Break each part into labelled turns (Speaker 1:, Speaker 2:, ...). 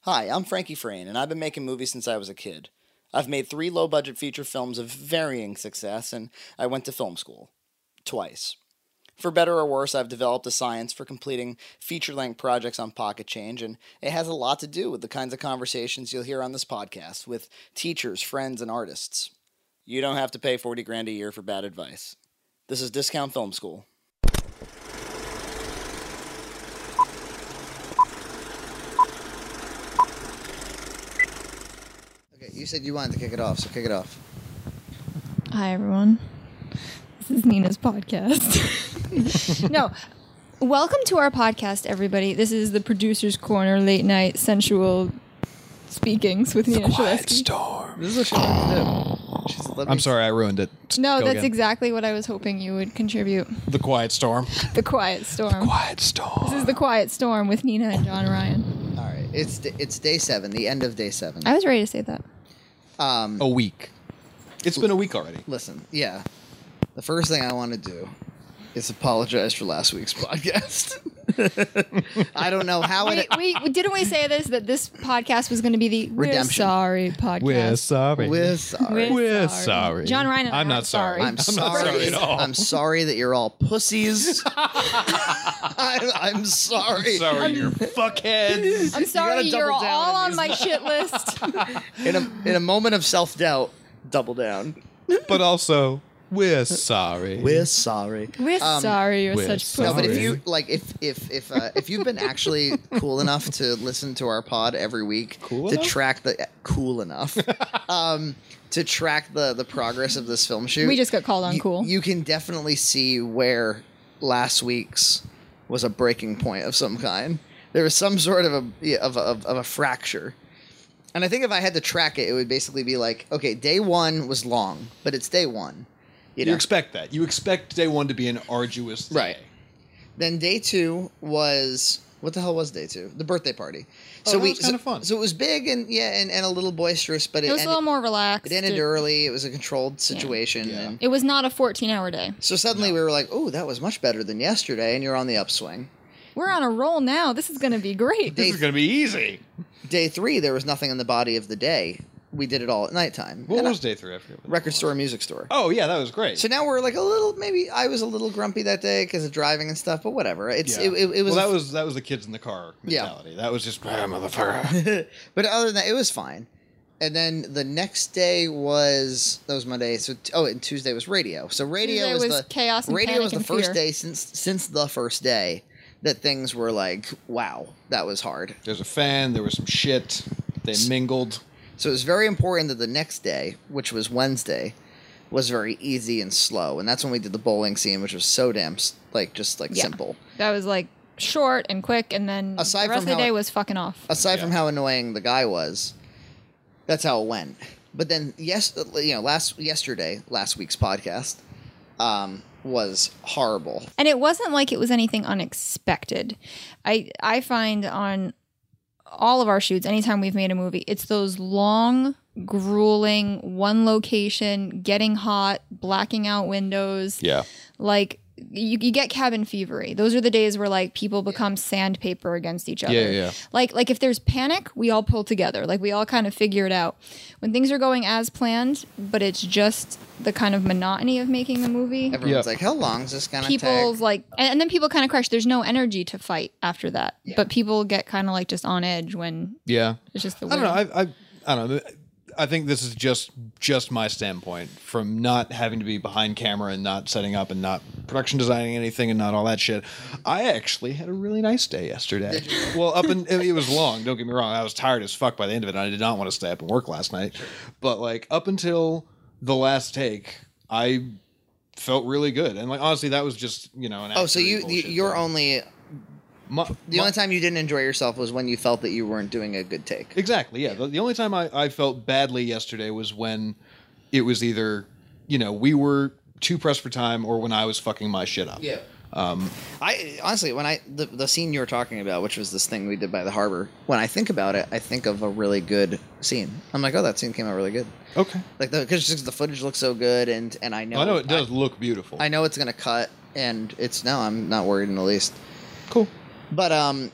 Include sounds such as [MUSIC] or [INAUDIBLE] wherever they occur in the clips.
Speaker 1: Hi, I'm Frankie Frayne, and I've been making movies since I was a kid. I've made three low budget feature films of varying success, and I went to film school. Twice. For better or worse, I've developed a science for completing feature length projects on Pocket Change, and it has a lot to do with the kinds of conversations you'll hear on this podcast with teachers, friends, and artists. You don't have to pay 40 grand a year for bad advice. This is Discount Film School. Okay, you said you wanted to kick it off, so kick it off.
Speaker 2: Hi, everyone. This is Nina's podcast. [LAUGHS] no. Welcome to our podcast, everybody. This is the producer's corner, late night sensual speakings with Nina Shaleski.
Speaker 3: storm.
Speaker 1: This is what she wanted to do. She's let me-
Speaker 3: I'm sorry, I ruined it. S-
Speaker 2: No,
Speaker 3: go
Speaker 2: that's
Speaker 3: again.
Speaker 2: exactly what I was hoping you would contribute.
Speaker 3: the quiet storm.
Speaker 2: The Quiet Storm.
Speaker 3: [LAUGHS] Quiet storm.
Speaker 2: this is The Quiet Storm with Nina and John Ryan.
Speaker 1: All right, it's d- it's day seven, the end of day seven.
Speaker 2: I was ready to say that.
Speaker 1: Um,
Speaker 3: a week. It's been a week already.
Speaker 1: listen, yeah, the first thing I want to do is apologize for last week's [LAUGHS] podcast. I don't know how
Speaker 2: Wait,
Speaker 1: it.
Speaker 2: wait, didn't we say this? That this podcast was going to be the We're
Speaker 1: Redemption.
Speaker 2: sorry podcast.
Speaker 3: sorry.
Speaker 1: We're sorry.
Speaker 2: We're sorry. John Ryan and
Speaker 3: I'm
Speaker 2: I are
Speaker 3: not sorry.
Speaker 2: sorry.
Speaker 1: uh, I'm, sorry.
Speaker 3: sorry at all.
Speaker 1: I'm sorry that you're all
Speaker 2: [LAUGHS]
Speaker 1: pussies. I, I'm sorry.
Speaker 3: sorry,
Speaker 1: [LAUGHS]
Speaker 3: you're fuckheads.
Speaker 2: I'm sorry
Speaker 1: gotta
Speaker 2: you are
Speaker 1: double down on
Speaker 2: all on
Speaker 1: these. [LAUGHS]
Speaker 2: my shit list.
Speaker 1: In a in a moment of self doubt, double down.
Speaker 3: but also, we're sorry.
Speaker 1: We're sorry.
Speaker 2: We're
Speaker 1: Um,
Speaker 2: sorry you're
Speaker 3: we're
Speaker 2: such pussies.
Speaker 3: sorry.
Speaker 1: No, but if
Speaker 3: Sorry.
Speaker 1: you like, if if if uh, if you've been
Speaker 3: [LAUGHS]
Speaker 1: actually cool enough to listen to our pod every week,
Speaker 3: Cool
Speaker 1: to
Speaker 3: enough?
Speaker 1: track the cool
Speaker 3: [LAUGHS]
Speaker 1: enough, um, to track the the progress of this film shoot,
Speaker 2: We just got called on
Speaker 1: you-
Speaker 2: cool.
Speaker 1: You can definitely see where last week's was a breaking point of some kind. There was some sort of a yeah, of a, of, of a fracture. And I think if I had to track it, it would basically be like, okay, day one was long, but it's day one. You
Speaker 3: You
Speaker 1: know,
Speaker 3: expect that. You expect day one to be an arduous day.
Speaker 1: Right. Then day two was what the hell was day two? The birthday party.
Speaker 3: Oh,
Speaker 1: so
Speaker 3: that
Speaker 1: we
Speaker 3: was kinda
Speaker 1: so-
Speaker 3: fun.
Speaker 1: So it was big and yeah, and, and a little boisterous, but it,
Speaker 2: it was a
Speaker 1: ended,
Speaker 2: little more relaxed.
Speaker 1: it ended
Speaker 2: it,
Speaker 1: early. It was a controlled situation.
Speaker 3: Yeah.
Speaker 1: And
Speaker 2: it was not a 14 hour day.
Speaker 1: so suddenly we were like, oh, that was much better than yesterday, and you're on the upswing.
Speaker 2: We're on a roll now. This is going to be great.
Speaker 1: They-
Speaker 3: This is going to be easy.
Speaker 1: Day three, there was nothing in the body of the day. We did it all at nighttime.
Speaker 3: What
Speaker 1: And I-
Speaker 3: was day three? I forget what that
Speaker 1: record
Speaker 3: was.
Speaker 1: store, music store.
Speaker 3: Oh, yeah, that was great.
Speaker 1: So now we're like a little, maybe I was a little grumpy that day because of driving and stuff, but whatever. It's
Speaker 3: yeah.
Speaker 1: it, it, it was
Speaker 3: well,
Speaker 1: a-
Speaker 3: that was that was the kids in the car
Speaker 1: Yeah.
Speaker 3: mentality. That was just "Ah, motherfucker.
Speaker 1: [LAUGHS] but other than that, it was fine. And then the next day was that was Monday. So t- oh, and Tuesday was radio. So radio
Speaker 2: Tuesday
Speaker 1: was,
Speaker 2: was
Speaker 1: the
Speaker 2: chaos and
Speaker 1: radio
Speaker 2: panic
Speaker 1: was the
Speaker 2: and
Speaker 1: first
Speaker 2: fear.
Speaker 1: day since since the first day that things were like wow that was hard.
Speaker 3: There's a fan. There was some shit. They mingled.
Speaker 1: So it was very important that the next day, which was Wednesday, was very easy and slow. And that's when we did the bowling scene, which was so damn s- like just like
Speaker 2: Yeah.
Speaker 1: simple.
Speaker 2: that was like short and quick, and then
Speaker 1: Aside
Speaker 2: the rest
Speaker 1: from
Speaker 2: of the
Speaker 1: how
Speaker 2: day
Speaker 1: it-
Speaker 2: was fucking off.
Speaker 1: aside
Speaker 3: Yeah.
Speaker 1: from how annoying the guy was, that's how it went. But then yes, uh, you know, last yesterday, last week's podcast um, was horrible.
Speaker 2: and it wasn't like it was anything unexpected. I I find on all of our shoots, anytime we've made a movie, it's those long, grueling, one location, getting hot, blacking out windows.
Speaker 3: Yeah.
Speaker 2: like you, you get cabin fevery those are the days where like people become sandpaper against each other
Speaker 3: Yeah, yeah.
Speaker 2: like like if there's panic we all pull together like we all kind of figure it out when things are going as planned but it's just the kind of monotony of making the movie
Speaker 1: Everyone's
Speaker 3: Yeah.
Speaker 1: like, "How long is this gonna
Speaker 2: people's
Speaker 1: take?"
Speaker 2: like and, and then people kind of crash there's no energy to fight after that but people get kind of like just on edge when
Speaker 3: Yeah.
Speaker 2: it's just the
Speaker 3: I don't know.
Speaker 2: weird-
Speaker 3: I, I, I don't know. I think this is just just my standpoint from not having to be behind camera and not setting up and not production designing anything and not all that shit. I actually had a really nice day yesterday. well, up and
Speaker 1: [LAUGHS]
Speaker 3: it was long. Don't get me wrong. I was tired as fuck by the end of it. And I did not want to stay up and work last night, but like up until the last take, I felt really good. And like honestly, that was just you know an
Speaker 1: Oh, so
Speaker 3: actor-y
Speaker 1: you you
Speaker 3: bullshit
Speaker 1: you're
Speaker 3: thing.
Speaker 1: only
Speaker 3: My-
Speaker 1: the
Speaker 3: my-
Speaker 1: only time you didn't enjoy yourself was when you felt that you weren't doing a good take.
Speaker 3: Exactly. Yeah. The, the only time I, I felt badly yesterday was when it was either, you know, we were too pressed for time or when I was fucking my shit up. Um,
Speaker 1: I honestly, when I the, the scene you were talking about, which was this thing we did by the harbor, when I think about it, I think of a really good scene. I'm like, "Oh, that scene came out really good."
Speaker 3: Okay.
Speaker 1: Like, because the, footage looks so good, and and I know
Speaker 3: I know it does look beautiful.
Speaker 1: I know it's gonna cut, and it's no, I'm not worried in the least.
Speaker 3: Cool.
Speaker 1: But um,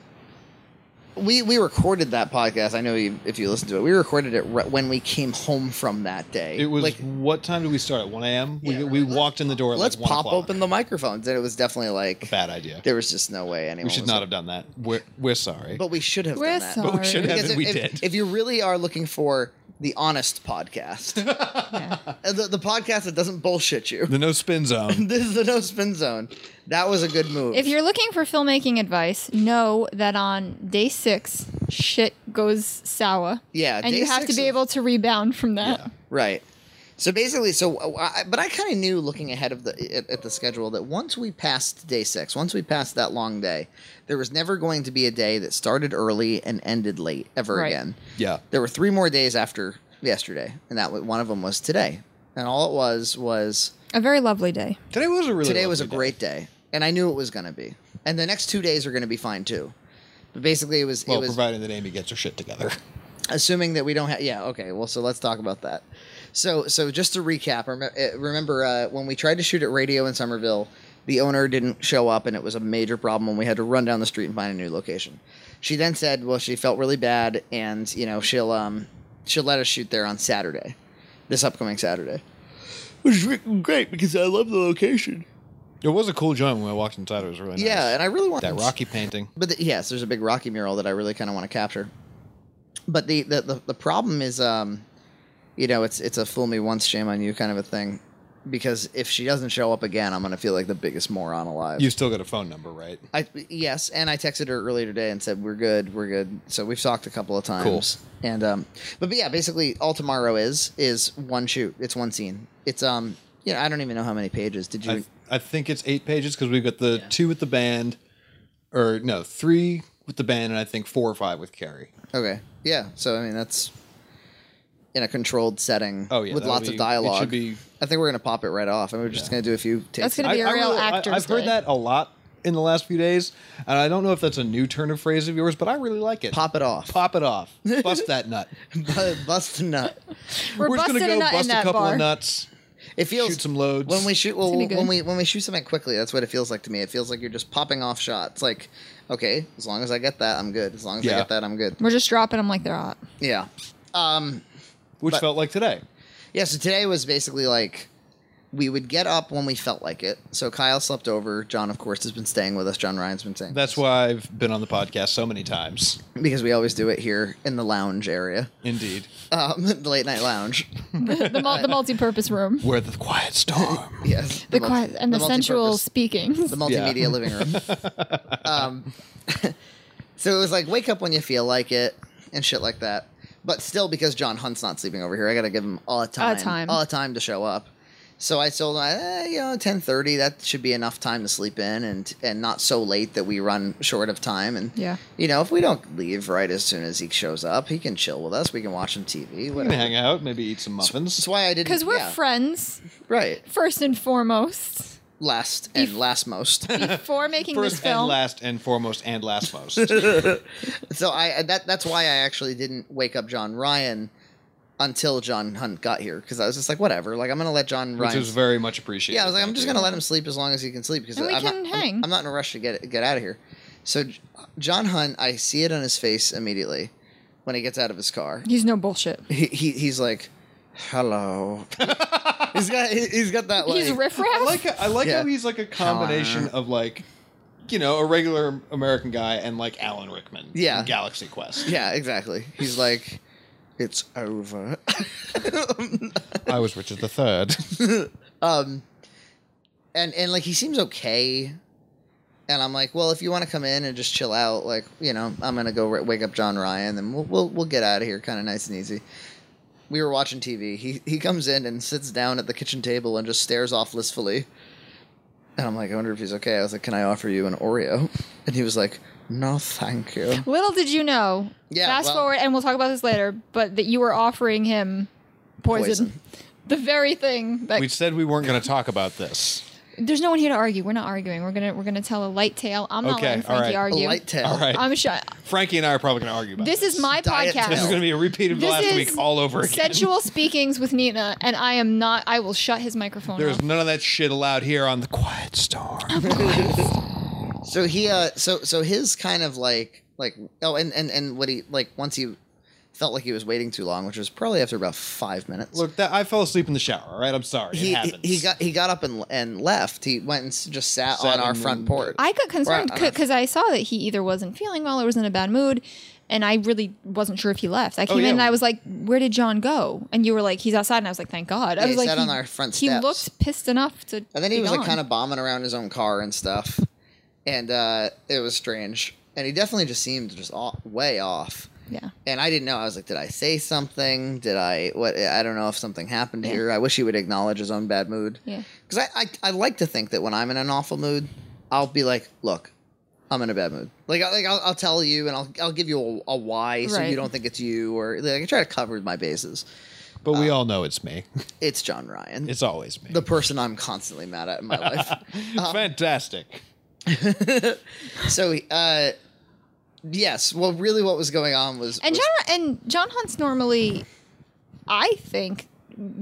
Speaker 1: we we recorded that podcast. I know you, if you listen to it, we recorded it re- when we came home from that day.
Speaker 3: It was
Speaker 1: like
Speaker 3: what time did we start at 1 a.m.?
Speaker 1: Yeah,
Speaker 3: we we
Speaker 1: let's-
Speaker 3: walked in the door. At
Speaker 1: let's
Speaker 3: like 1
Speaker 1: pop
Speaker 3: o'clock.
Speaker 1: open the microphones, and it was definitely like
Speaker 3: Bad idea.
Speaker 1: there was just no way anyone.
Speaker 3: We should
Speaker 1: was
Speaker 3: not
Speaker 1: like-
Speaker 3: have done that. We're we're sorry.
Speaker 1: but we should have
Speaker 2: We're
Speaker 1: done
Speaker 3: [LAUGHS]
Speaker 1: that.
Speaker 2: sorry.
Speaker 3: we should have,
Speaker 1: Because
Speaker 3: and
Speaker 1: if,
Speaker 3: we
Speaker 1: if,
Speaker 3: did.
Speaker 1: if you really are looking for the honest
Speaker 3: [LAUGHS]
Speaker 1: podcast, uh, the, the podcast that doesn't bullshit you,
Speaker 3: the no spin
Speaker 1: [LAUGHS]
Speaker 3: zone.
Speaker 1: this is the no spin zone. That was a good move.
Speaker 2: If you're looking for filmmaking advice, know that on day six, shit goes sour.
Speaker 1: Yeah,
Speaker 2: and
Speaker 1: day
Speaker 2: you have to
Speaker 1: six
Speaker 2: be
Speaker 1: is-
Speaker 2: able to rebound from that.
Speaker 3: Yeah.
Speaker 1: Right. So basically, so uh, I, but I kind of knew looking ahead of the at, at the schedule that once we passed day six, once we passed that long day, there was never going to be a day that started early and ended late ever
Speaker 2: Right.
Speaker 1: again.
Speaker 3: yeah.
Speaker 1: There were three more days after yesterday, and that wa- one of them was today. And all it was was
Speaker 2: A very lovely day.
Speaker 3: Today was a really
Speaker 1: today was a
Speaker 3: lovely day.
Speaker 1: great day, and I knew it was going to be. And the next two days are going to be fine too. But basically, it was
Speaker 3: Well,
Speaker 1: it was
Speaker 3: provided that Amy gets her shit together.
Speaker 1: assuming that we don't have yeah okay well so let's talk about that so so just to recap rem- uh, remember uh, when we tried to shoot at radio in somerville the owner didn't show up and it was a major problem and we had to run down the street and find a new location she then said well she felt really bad and you know she'll um she'll let us shoot there on saturday this upcoming saturday which is great because i love the location
Speaker 3: It was a cool joint when we walked inside. It was really nice.
Speaker 1: yeah and i really want
Speaker 3: that Rocky painting.
Speaker 1: but the, yes, there's a big Rocky mural that I really kind of want to capture. But the, the, the, the problem is, um, you know, it's it's a fool me once, shame on you kind of a thing. Because if she doesn't show up again, I'm gonna feel like the biggest moron alive.
Speaker 3: You still got a phone number, right?
Speaker 1: I yes, and I texted her earlier today and said we're good, we're good. So we've talked a couple of times. Cool. And um, but, but yeah, basically all tomorrow is is one shoot. It's one scene. It's um, you know, I don't even know how many pages. Did you?
Speaker 3: I, I think it's eight pages because we've got the two with the band, or no, three with the band, and I think four or five with Carrie.
Speaker 1: Okay. Yeah. So I mean, that's in a controlled setting.
Speaker 3: Oh, yeah,
Speaker 1: With
Speaker 3: that'll
Speaker 1: lots
Speaker 3: be-
Speaker 1: of
Speaker 3: it
Speaker 1: dialogue.
Speaker 3: should be-
Speaker 1: I think we're gonna pop it right off, and we're just gonna do a few. Takes
Speaker 2: That's gonna be a real actor's
Speaker 3: I've heard
Speaker 2: day.
Speaker 3: that a lot in the last few days, and I don't know if that's a new turn of phrase of yours, but I really like it.
Speaker 1: pop it off. [LAUGHS]
Speaker 3: pop
Speaker 2: [LAUGHS]
Speaker 3: it off, bust that nut.
Speaker 1: bust a nut.
Speaker 2: We're,
Speaker 3: We're just
Speaker 2: busting
Speaker 3: gonna go
Speaker 2: a nut in
Speaker 3: bust a
Speaker 2: that
Speaker 3: couple
Speaker 2: bar.
Speaker 3: of nuts,
Speaker 1: It feels
Speaker 3: shoot some loads.
Speaker 1: when we shoot. Well,
Speaker 2: gonna be good.
Speaker 1: when we when we shoot something quickly, that's what it feels like to me. It feels like you're just popping off shots. Like, okay, as long as I get that, I'm good. As long as I
Speaker 3: Yeah.
Speaker 1: get that, I'm good.
Speaker 2: We're just dropping them like they're hot.
Speaker 1: Yeah. Um.
Speaker 3: which
Speaker 1: but-
Speaker 3: felt like today.
Speaker 1: Yeah, so today was basically like we would get up when we felt like it. So Kyle slept over. John, of course, has been staying with us. John Ryan's been staying. with
Speaker 3: That's why I've been on the podcast so many times.
Speaker 1: us because we always do it here in the lounge area,
Speaker 3: Indeed,
Speaker 1: um, [LAUGHS] the late night lounge.
Speaker 2: [LAUGHS] the, mul- the multi-purpose room.
Speaker 3: where the quiet storm.
Speaker 1: Yes,
Speaker 2: The,
Speaker 1: mul-
Speaker 2: quiet and the, sensual
Speaker 1: multi-purpose-
Speaker 2: speaking.
Speaker 1: the multimedia
Speaker 3: Yeah.
Speaker 1: living
Speaker 3: [LAUGHS]
Speaker 1: room. Um, [LAUGHS] so it was like wake up when you feel like it and shit like that. But still, because John Hunt's not sleeping over here, I gotta give him all the time,
Speaker 2: time.
Speaker 1: all the time to show up. So I told him, eh, you know, ten thirty. That should be enough time to sleep in, and and not so late that we run short of time. And
Speaker 2: Yeah.
Speaker 1: you know, if we don't leave right as soon as he shows up, he can chill with us. We can watch some TV.
Speaker 3: We can
Speaker 1: Whatever.
Speaker 3: hang out, maybe eat some muffins.
Speaker 1: That's why I didn't.
Speaker 2: Because we're
Speaker 1: yeah,
Speaker 2: friends,
Speaker 1: right.
Speaker 2: first and foremost.
Speaker 1: Last and last most. [LAUGHS]
Speaker 2: Before making this
Speaker 3: First and
Speaker 2: film,
Speaker 3: last, and foremost
Speaker 2: [LAUGHS]
Speaker 3: and last most.
Speaker 1: So I that that's why I actually didn't wake up John Ryan until John Hunt got here because I was just like whatever like I'm gonna let John
Speaker 3: which
Speaker 1: Ryan
Speaker 3: is very much appreciated.
Speaker 1: yeah I was like I'm
Speaker 3: Thank
Speaker 1: just
Speaker 3: you.
Speaker 1: gonna let him sleep as long as he can sleep because
Speaker 2: And we
Speaker 1: I'm
Speaker 2: can
Speaker 1: not, I'm-
Speaker 2: hang.
Speaker 1: I'm, not in a rush to get get out of here so J- John Hunt I see it on his face immediately when he gets out of his car
Speaker 2: he's no bullshit.
Speaker 1: he, he he's like hello [LAUGHS] he's got he- he's got that like
Speaker 2: he's riffraff.
Speaker 3: I like I like
Speaker 1: Yeah.
Speaker 3: how he's like a combination of like, you know, a regular American guy and like Alan Rickman.
Speaker 1: Yeah.
Speaker 3: in Galaxy Quest.
Speaker 1: yeah exactly he's like it's over
Speaker 3: I was Richard the Third.
Speaker 1: um and and like he seems okay and i'm like well if you want to come in and just chill out like you know i'm gonna go r- wake up john ryan and we'll we'll, we'll get out of here kind of nice and easy we were watching tv he he comes in and sits down at the kitchen table and just stares off listfully and i'm like i wonder if he's okay i was like can i offer you an oreo and he was like no thank you
Speaker 2: Little did you know.
Speaker 1: Yeah,
Speaker 2: Fast
Speaker 1: well-
Speaker 2: forward, and we'll talk about this later. But that you were offering him poison,
Speaker 1: Poison.
Speaker 2: [LAUGHS] the very thing that
Speaker 3: [LAUGHS] we said we weren't going to talk about this.
Speaker 2: there's no one here to argue. We're not arguing. We're gonna we're gonna tell a light tale. I'm not
Speaker 3: Okay,
Speaker 2: letting
Speaker 3: all
Speaker 2: Frankie
Speaker 3: right. A
Speaker 1: a
Speaker 2: argue.
Speaker 1: light tail
Speaker 3: All right,
Speaker 2: I'm sure.
Speaker 3: Frankie and I are probably going to argue about
Speaker 2: This
Speaker 3: this.
Speaker 2: is my
Speaker 1: Diet
Speaker 2: podcast.
Speaker 3: This is going to be a repeat of the
Speaker 2: This
Speaker 3: last
Speaker 2: is
Speaker 3: week all over again.
Speaker 2: Sensual speakings with Nina, and I am not. I will shut his microphone.
Speaker 3: There's
Speaker 2: off.
Speaker 3: none of that shit allowed here
Speaker 1: [LAUGHS]
Speaker 2: Oh,
Speaker 3: on the Quiet Storm.
Speaker 1: So he uh so so his kind of like Like oh, and and and what he like once he felt like he was waiting too long, which was probably after about five minutes.
Speaker 3: Look, that I fell asleep in the shower. All right, I'm sorry.
Speaker 1: he,
Speaker 3: it happens.
Speaker 1: he got he got up and and left. He went and s- just sat,
Speaker 3: Sat
Speaker 1: on our
Speaker 3: in
Speaker 1: front
Speaker 3: the-
Speaker 1: porch.
Speaker 2: I got concerned
Speaker 1: Right, I know.
Speaker 2: because I saw that he either wasn't feeling well or was in a bad mood, and I really wasn't sure if he left.
Speaker 1: Oh,
Speaker 2: I came
Speaker 3: yeah.
Speaker 2: in and I was like, "Where did John go?" And you were like, "He's outside," and I was like, "Thank God." I
Speaker 1: Yeah,
Speaker 2: was
Speaker 1: he
Speaker 2: like,
Speaker 1: sat on our front
Speaker 2: He
Speaker 1: steps.
Speaker 2: looked pissed enough to.
Speaker 1: And then he
Speaker 2: be
Speaker 1: was like
Speaker 2: gone.
Speaker 1: kind of bombing around his own car and stuff, and uh, it was strange. And he definitely just seemed just all, way off.
Speaker 2: yeah.
Speaker 1: And I didn't know. I was like, did I say something? Did I what? I don't know if something happened here. I wish he would acknowledge his own bad mood. [LAUGHS]
Speaker 2: Yeah.
Speaker 1: Because I, I I like to think that when I'm in an awful mood, I'll be like, look, I'm in a bad mood. Like I- like I'll, I'll tell you and I'll I'll give you a, a why so
Speaker 2: Right.
Speaker 1: you don't think it's you or like I try to cover my bases.
Speaker 3: but we
Speaker 2: uh,
Speaker 3: all know it's me.
Speaker 1: It's John Ryan.
Speaker 3: It's always me.
Speaker 1: the person I'm constantly mad at in my life.
Speaker 3: Um, Fantastic.
Speaker 1: So, uh, yes. Well, really, what was going on was
Speaker 2: And
Speaker 1: was-
Speaker 2: John and John Hunt's normally, I think,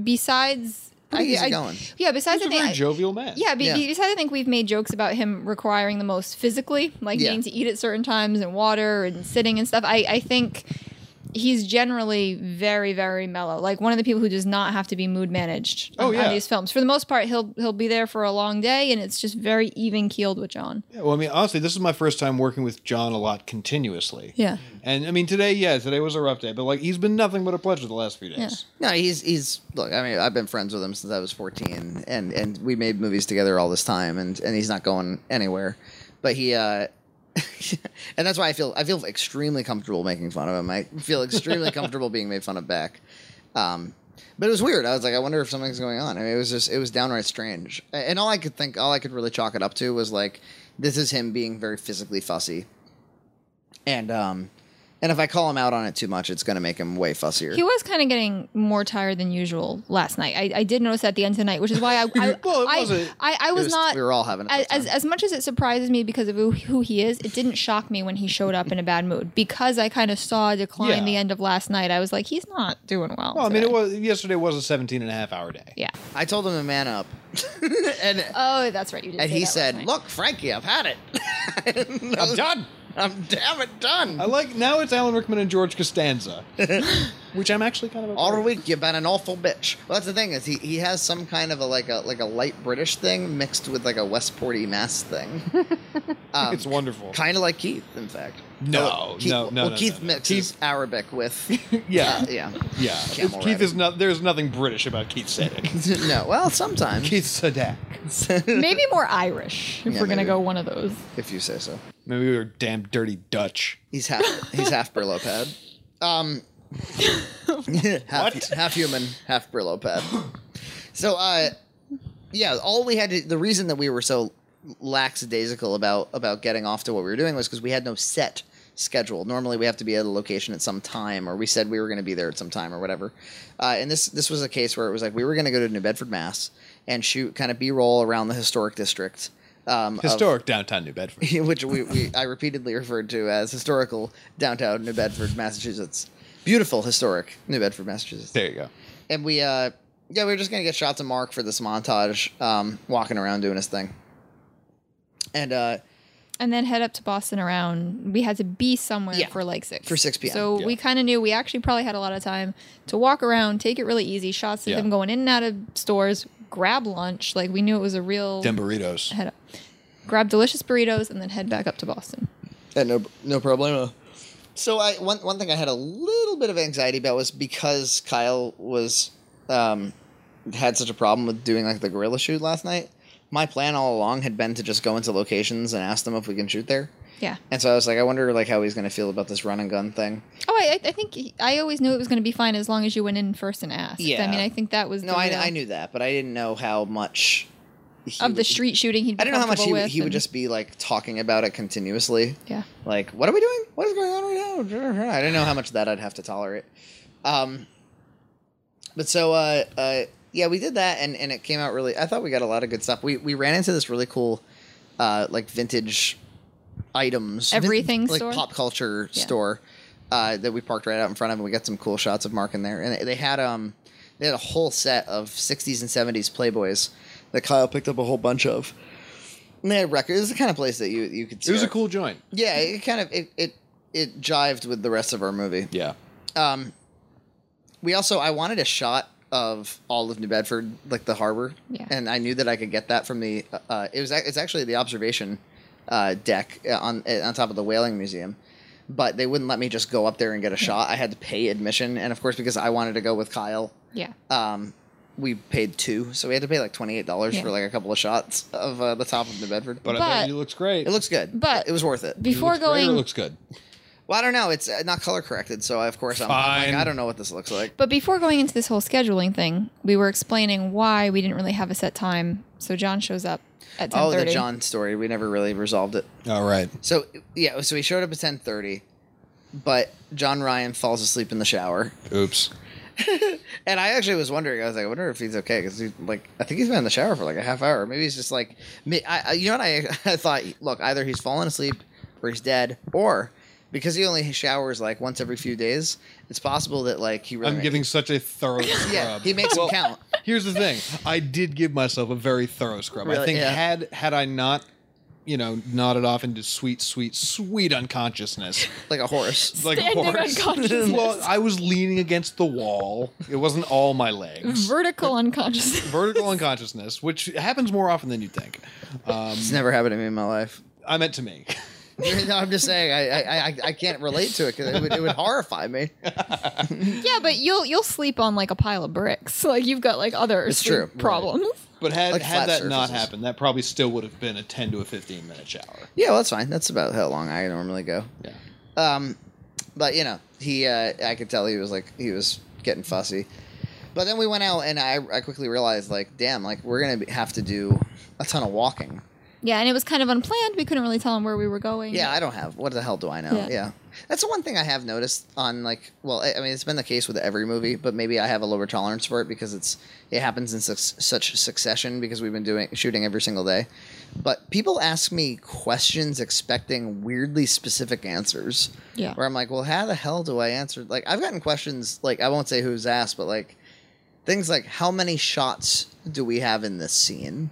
Speaker 2: besides.
Speaker 1: Pretty
Speaker 2: I- I,
Speaker 1: easygoing.
Speaker 2: yeah. Besides,
Speaker 3: He's
Speaker 2: I
Speaker 3: a
Speaker 2: think
Speaker 3: very
Speaker 2: I-
Speaker 3: jovial man.
Speaker 2: Yeah, be-
Speaker 1: Yeah.
Speaker 2: be- besides I think we've made jokes about him requiring the most physically, like
Speaker 1: Yeah.
Speaker 2: needing to eat at certain times and water and sitting and stuff. I, I think he's generally very, very mellow. Like one of the people who does not have to be mood managed on,
Speaker 3: Oh,
Speaker 2: on
Speaker 3: yeah.
Speaker 2: these films. For the most part, he'll he'll be there for a long day and it's just very even keeled with John.
Speaker 3: Yeah, Well, I mean, honestly, this is my first time working with John a lot continuously.
Speaker 2: Yeah.
Speaker 3: And I mean, today, yeah, today was a rough day, but like, he's been nothing but a pleasure the last few days.
Speaker 1: no, he's he's look. I mean, I've been friends with him since I was fourteen, and and we made movies together all this time, and and he's not going anywhere. But he, uh, [LAUGHS] and that's why I feel I feel extremely comfortable making fun of him. I feel extremely comfortable being made fun of back. Um, but it was weird. I was like, I wonder if something's going on. I mean, it was just, it was downright strange. A- And all I could think, all I could really chalk it up to was like, this is him being very physically fussy. And, um, and if I call him out on it too much, it's going to make him way fussier.
Speaker 2: He was kind of getting more tired than usual last night. I, I did notice at the end of the night, which is why I I,
Speaker 3: Well, it
Speaker 2: I,
Speaker 3: wasn't-
Speaker 2: I, I
Speaker 1: It
Speaker 2: was, not
Speaker 1: We were all having a tough
Speaker 2: as, as,
Speaker 1: time.
Speaker 2: as much as it surprises me because of who, who he is, it didn't shock me when he showed up in a bad mood because I kind of saw a decline
Speaker 3: Yeah.
Speaker 2: the end of last night. I was like, he's not doing well.
Speaker 3: Well, I mean,
Speaker 2: today.
Speaker 3: it was yesterday was a 17 and a half hour day.
Speaker 2: Yeah.
Speaker 1: I told him to man up, [LAUGHS] and
Speaker 2: Oh, that's right. You did.
Speaker 1: and
Speaker 2: say
Speaker 1: he
Speaker 2: that last
Speaker 1: said, [LAUGHS]
Speaker 2: night.
Speaker 1: "Look, Frankie, I've had it. [LAUGHS]
Speaker 3: I'm done.
Speaker 1: I'm damn it done.
Speaker 3: I like now it's Alan Rickman and George [LAUGHS] Costanza, which I'm actually kind of okay
Speaker 1: all
Speaker 3: with.
Speaker 1: week you've been an awful bitch." Well, that's the thing is he, he has some kind of a like a like a light British thing mixed with like a Westporty Mass
Speaker 2: [LAUGHS]
Speaker 1: thing, um,
Speaker 3: It's wonderful.
Speaker 1: kind of like Keith, in fact.
Speaker 3: No,
Speaker 1: Well, Keith,
Speaker 3: no, no,
Speaker 1: Well,
Speaker 3: no,
Speaker 1: Keith
Speaker 3: no, no.
Speaker 1: mixes Arabic with
Speaker 3: [LAUGHS]
Speaker 1: uh,
Speaker 3: Yeah,
Speaker 1: yeah, [LAUGHS]
Speaker 3: yeah.
Speaker 1: Camel
Speaker 3: Keith
Speaker 1: riding.
Speaker 3: is not. There's nothing British about
Speaker 1: [LAUGHS]
Speaker 3: Keith Sadak.
Speaker 1: no. Well, sometimes
Speaker 3: Keith Sadak.
Speaker 2: maybe more Irish if
Speaker 1: Yeah,
Speaker 2: we're gonna
Speaker 1: maybe.
Speaker 2: go one of those.
Speaker 1: if you say so.
Speaker 3: Maybe we were damn dirty Dutch.
Speaker 1: He's half he's half Brillo pad. Um [LAUGHS] half,
Speaker 3: What?
Speaker 1: half human, half Brillo pad. So uh yeah, all we had to the reason that we were so lackadaisical about about getting off to what we were doing was because we had no set schedule. Normally we have to be at a location at some time or we said we were going to be there at some time or whatever. Uh, and this this was a case where it was like we were going to go to New Bedford, Mass and shoot kind of B-roll around the historic district. Um, of-
Speaker 3: Historic downtown New Bedford.
Speaker 1: [LAUGHS] which we, we I repeatedly referred to as historical downtown New Bedford, Massachusetts. Beautiful historic New Bedford, Massachusetts.
Speaker 3: There you go.
Speaker 1: And we uh yeah, we were just gonna get shots of Mark for this montage, um, walking around doing his thing. And uh
Speaker 2: And then head up to Boston around. We had to be somewhere
Speaker 1: Yeah.
Speaker 2: for like six
Speaker 1: For 6 p.m.,
Speaker 2: So
Speaker 3: yeah.
Speaker 2: we kind of knew we actually probably had a lot of time to walk around, take it really easy. Shots of
Speaker 3: Yeah.
Speaker 2: him going in and out of stores, grab lunch. Like we knew it was a real
Speaker 3: Dem burritos.
Speaker 2: head up, grab delicious burritos, and then head back up to Boston.
Speaker 1: and no no problemo. So I one one thing I had a little bit of anxiety about was because Kyle was um had such a problem with doing like the gorilla shoot last night. My plan all along had been to just go into locations and ask them if we can shoot there.
Speaker 2: Yeah.
Speaker 1: And so I was like, I wonder like how he's gonna feel about this run and gun thing.
Speaker 2: Oh, I, I I think he- I always knew it was going to be fine as long as you went in first and asked. I
Speaker 1: Yeah.
Speaker 2: mean, I think that was
Speaker 1: No,
Speaker 2: the
Speaker 1: I,
Speaker 2: real-
Speaker 1: I knew that, but I didn't know how much he
Speaker 2: of the
Speaker 1: would-
Speaker 2: street shooting. He'd be
Speaker 1: I don't know how much he,
Speaker 2: comfortable
Speaker 1: would-
Speaker 2: with
Speaker 1: he would
Speaker 2: and-
Speaker 1: just be like talking about it continuously.
Speaker 2: yeah.
Speaker 1: Like, what are we doing? What is going on right now? I don't know how much of that I'd have to tolerate. Um, but so, uh, uh, yeah, we did that, and, and it came out really. I thought we got a lot of good stuff. We we ran into this really cool, uh, like vintage items, vin-
Speaker 2: Everything
Speaker 1: like
Speaker 2: store?
Speaker 1: pop culture
Speaker 2: Yeah.
Speaker 1: store uh, that we parked right out in front of, and we got some cool shots of Mark in there. And they- they had um, they had a whole set of '60s and '70s Playboys that Kyle picked up a whole bunch of. And they had records. It was the kind of place that you you could. See
Speaker 3: It was a
Speaker 1: our-
Speaker 3: cool joint.
Speaker 1: yeah, it kind of it it it jived with the rest of our movie.
Speaker 3: Yeah.
Speaker 1: Um, we also I wanted a shot of all of New Bedford, like the harbor,
Speaker 2: Yeah.
Speaker 1: and I knew that I could get that from the. Uh, it was ac- it's actually the observation uh, deck uh, on uh, on top of the whaling museum, but they wouldn't let me just go up there and
Speaker 2: [LAUGHS]
Speaker 1: get a shot. I had to pay admission, and of course because I wanted to go with Kyle,
Speaker 2: Yeah.
Speaker 1: um, we paid two, so we had to pay like twenty eight dollars for
Speaker 2: Yeah.
Speaker 1: like a couple of shots of uh, the top of New Bedford.
Speaker 3: But, I
Speaker 2: But-
Speaker 3: think it looks great.
Speaker 1: it looks good.
Speaker 2: But-
Speaker 1: it was worth it.
Speaker 3: It
Speaker 2: Before
Speaker 3: looks great or it
Speaker 2: going
Speaker 3: looks good.
Speaker 1: Well, I don't know. It's uh, not color corrected, so I, of course I'm, I'm
Speaker 3: Fine.
Speaker 1: like I don't know what this looks like.
Speaker 2: But before going into this whole scheduling thing, we were explaining why we didn't really have a set time. So John shows up at 10:30.
Speaker 1: Oh, the John story. We never really resolved it.
Speaker 3: All right.
Speaker 1: So yeah, so he showed up at ten thirty, but John Ryan falls asleep in the shower.
Speaker 3: Oops.
Speaker 1: And I actually was wondering. I was like, I wonder if he's okay because he's like, I think he's been in the shower for like a half hour. Maybe he's just like, me. I, I- you know what? I [LAUGHS] I thought, look, either he's fallen asleep or he's dead, or because he only showers like once every few days, it's possible that like he really.
Speaker 3: I'm giving such a [LAUGHS] thorough scrub.
Speaker 1: yeah, he makes
Speaker 3: Well,
Speaker 1: him count.
Speaker 3: Here's the thing. I did give myself a very thorough scrub. I
Speaker 1: Really?
Speaker 3: think
Speaker 1: Yeah.
Speaker 3: had had I not, you know, nodded off into sweet, sweet, sweet [LAUGHS] unconsciousness.
Speaker 1: like a horse.
Speaker 3: Like
Speaker 2: Standing
Speaker 3: a horse.
Speaker 2: unconsciousness.
Speaker 3: well, I was leaning against the wall. It wasn't all my
Speaker 2: [LAUGHS]
Speaker 3: legs.
Speaker 2: Vertical unconscious. [LAUGHS]
Speaker 3: Vertical unconsciousness, which happens more often than you think. Um,
Speaker 1: It's never happened to me in my life.
Speaker 3: I meant to me. [LAUGHS]
Speaker 1: no, I'm just saying, I I, I, I can't relate to it because it would, it would horrify me.
Speaker 2: yeah, but you'll you'll sleep on like a pile of bricks. [LAUGHS] Like you've got like other
Speaker 1: It's
Speaker 2: sleep
Speaker 1: true. Right.
Speaker 2: problems.
Speaker 3: But had
Speaker 1: Like
Speaker 3: had
Speaker 1: flat
Speaker 3: that not
Speaker 1: surfaces.
Speaker 3: happened, that probably still would have been a ten to a fifteen minute shower.
Speaker 1: Yeah, well, that's fine. That's about how long I normally go.
Speaker 3: Yeah.
Speaker 1: Um, but you know, he uh, I could tell he was like he was getting fussy. But then we went out, and I, I quickly realized like, damn, like we're gonna be- have to do a ton of walking.
Speaker 2: Yeah, and it was kind of unplanned. We couldn't really tell him where we were going.
Speaker 1: Yeah, I don't have. What the hell do I know?
Speaker 2: Yeah.
Speaker 1: Yeah. That's the one thing I have noticed on like, well, I I mean, it's been the case with every movie, but maybe I have a lower tolerance for it because it's it happens in such, such succession because we've been doing shooting every single day. But people ask me questions expecting weirdly specific answers.
Speaker 2: Yeah.
Speaker 1: Where I'm like, well, how the hell do I answer? Like, I've gotten questions like I won't say who's asked, but like things like how many shots do we have in this scene?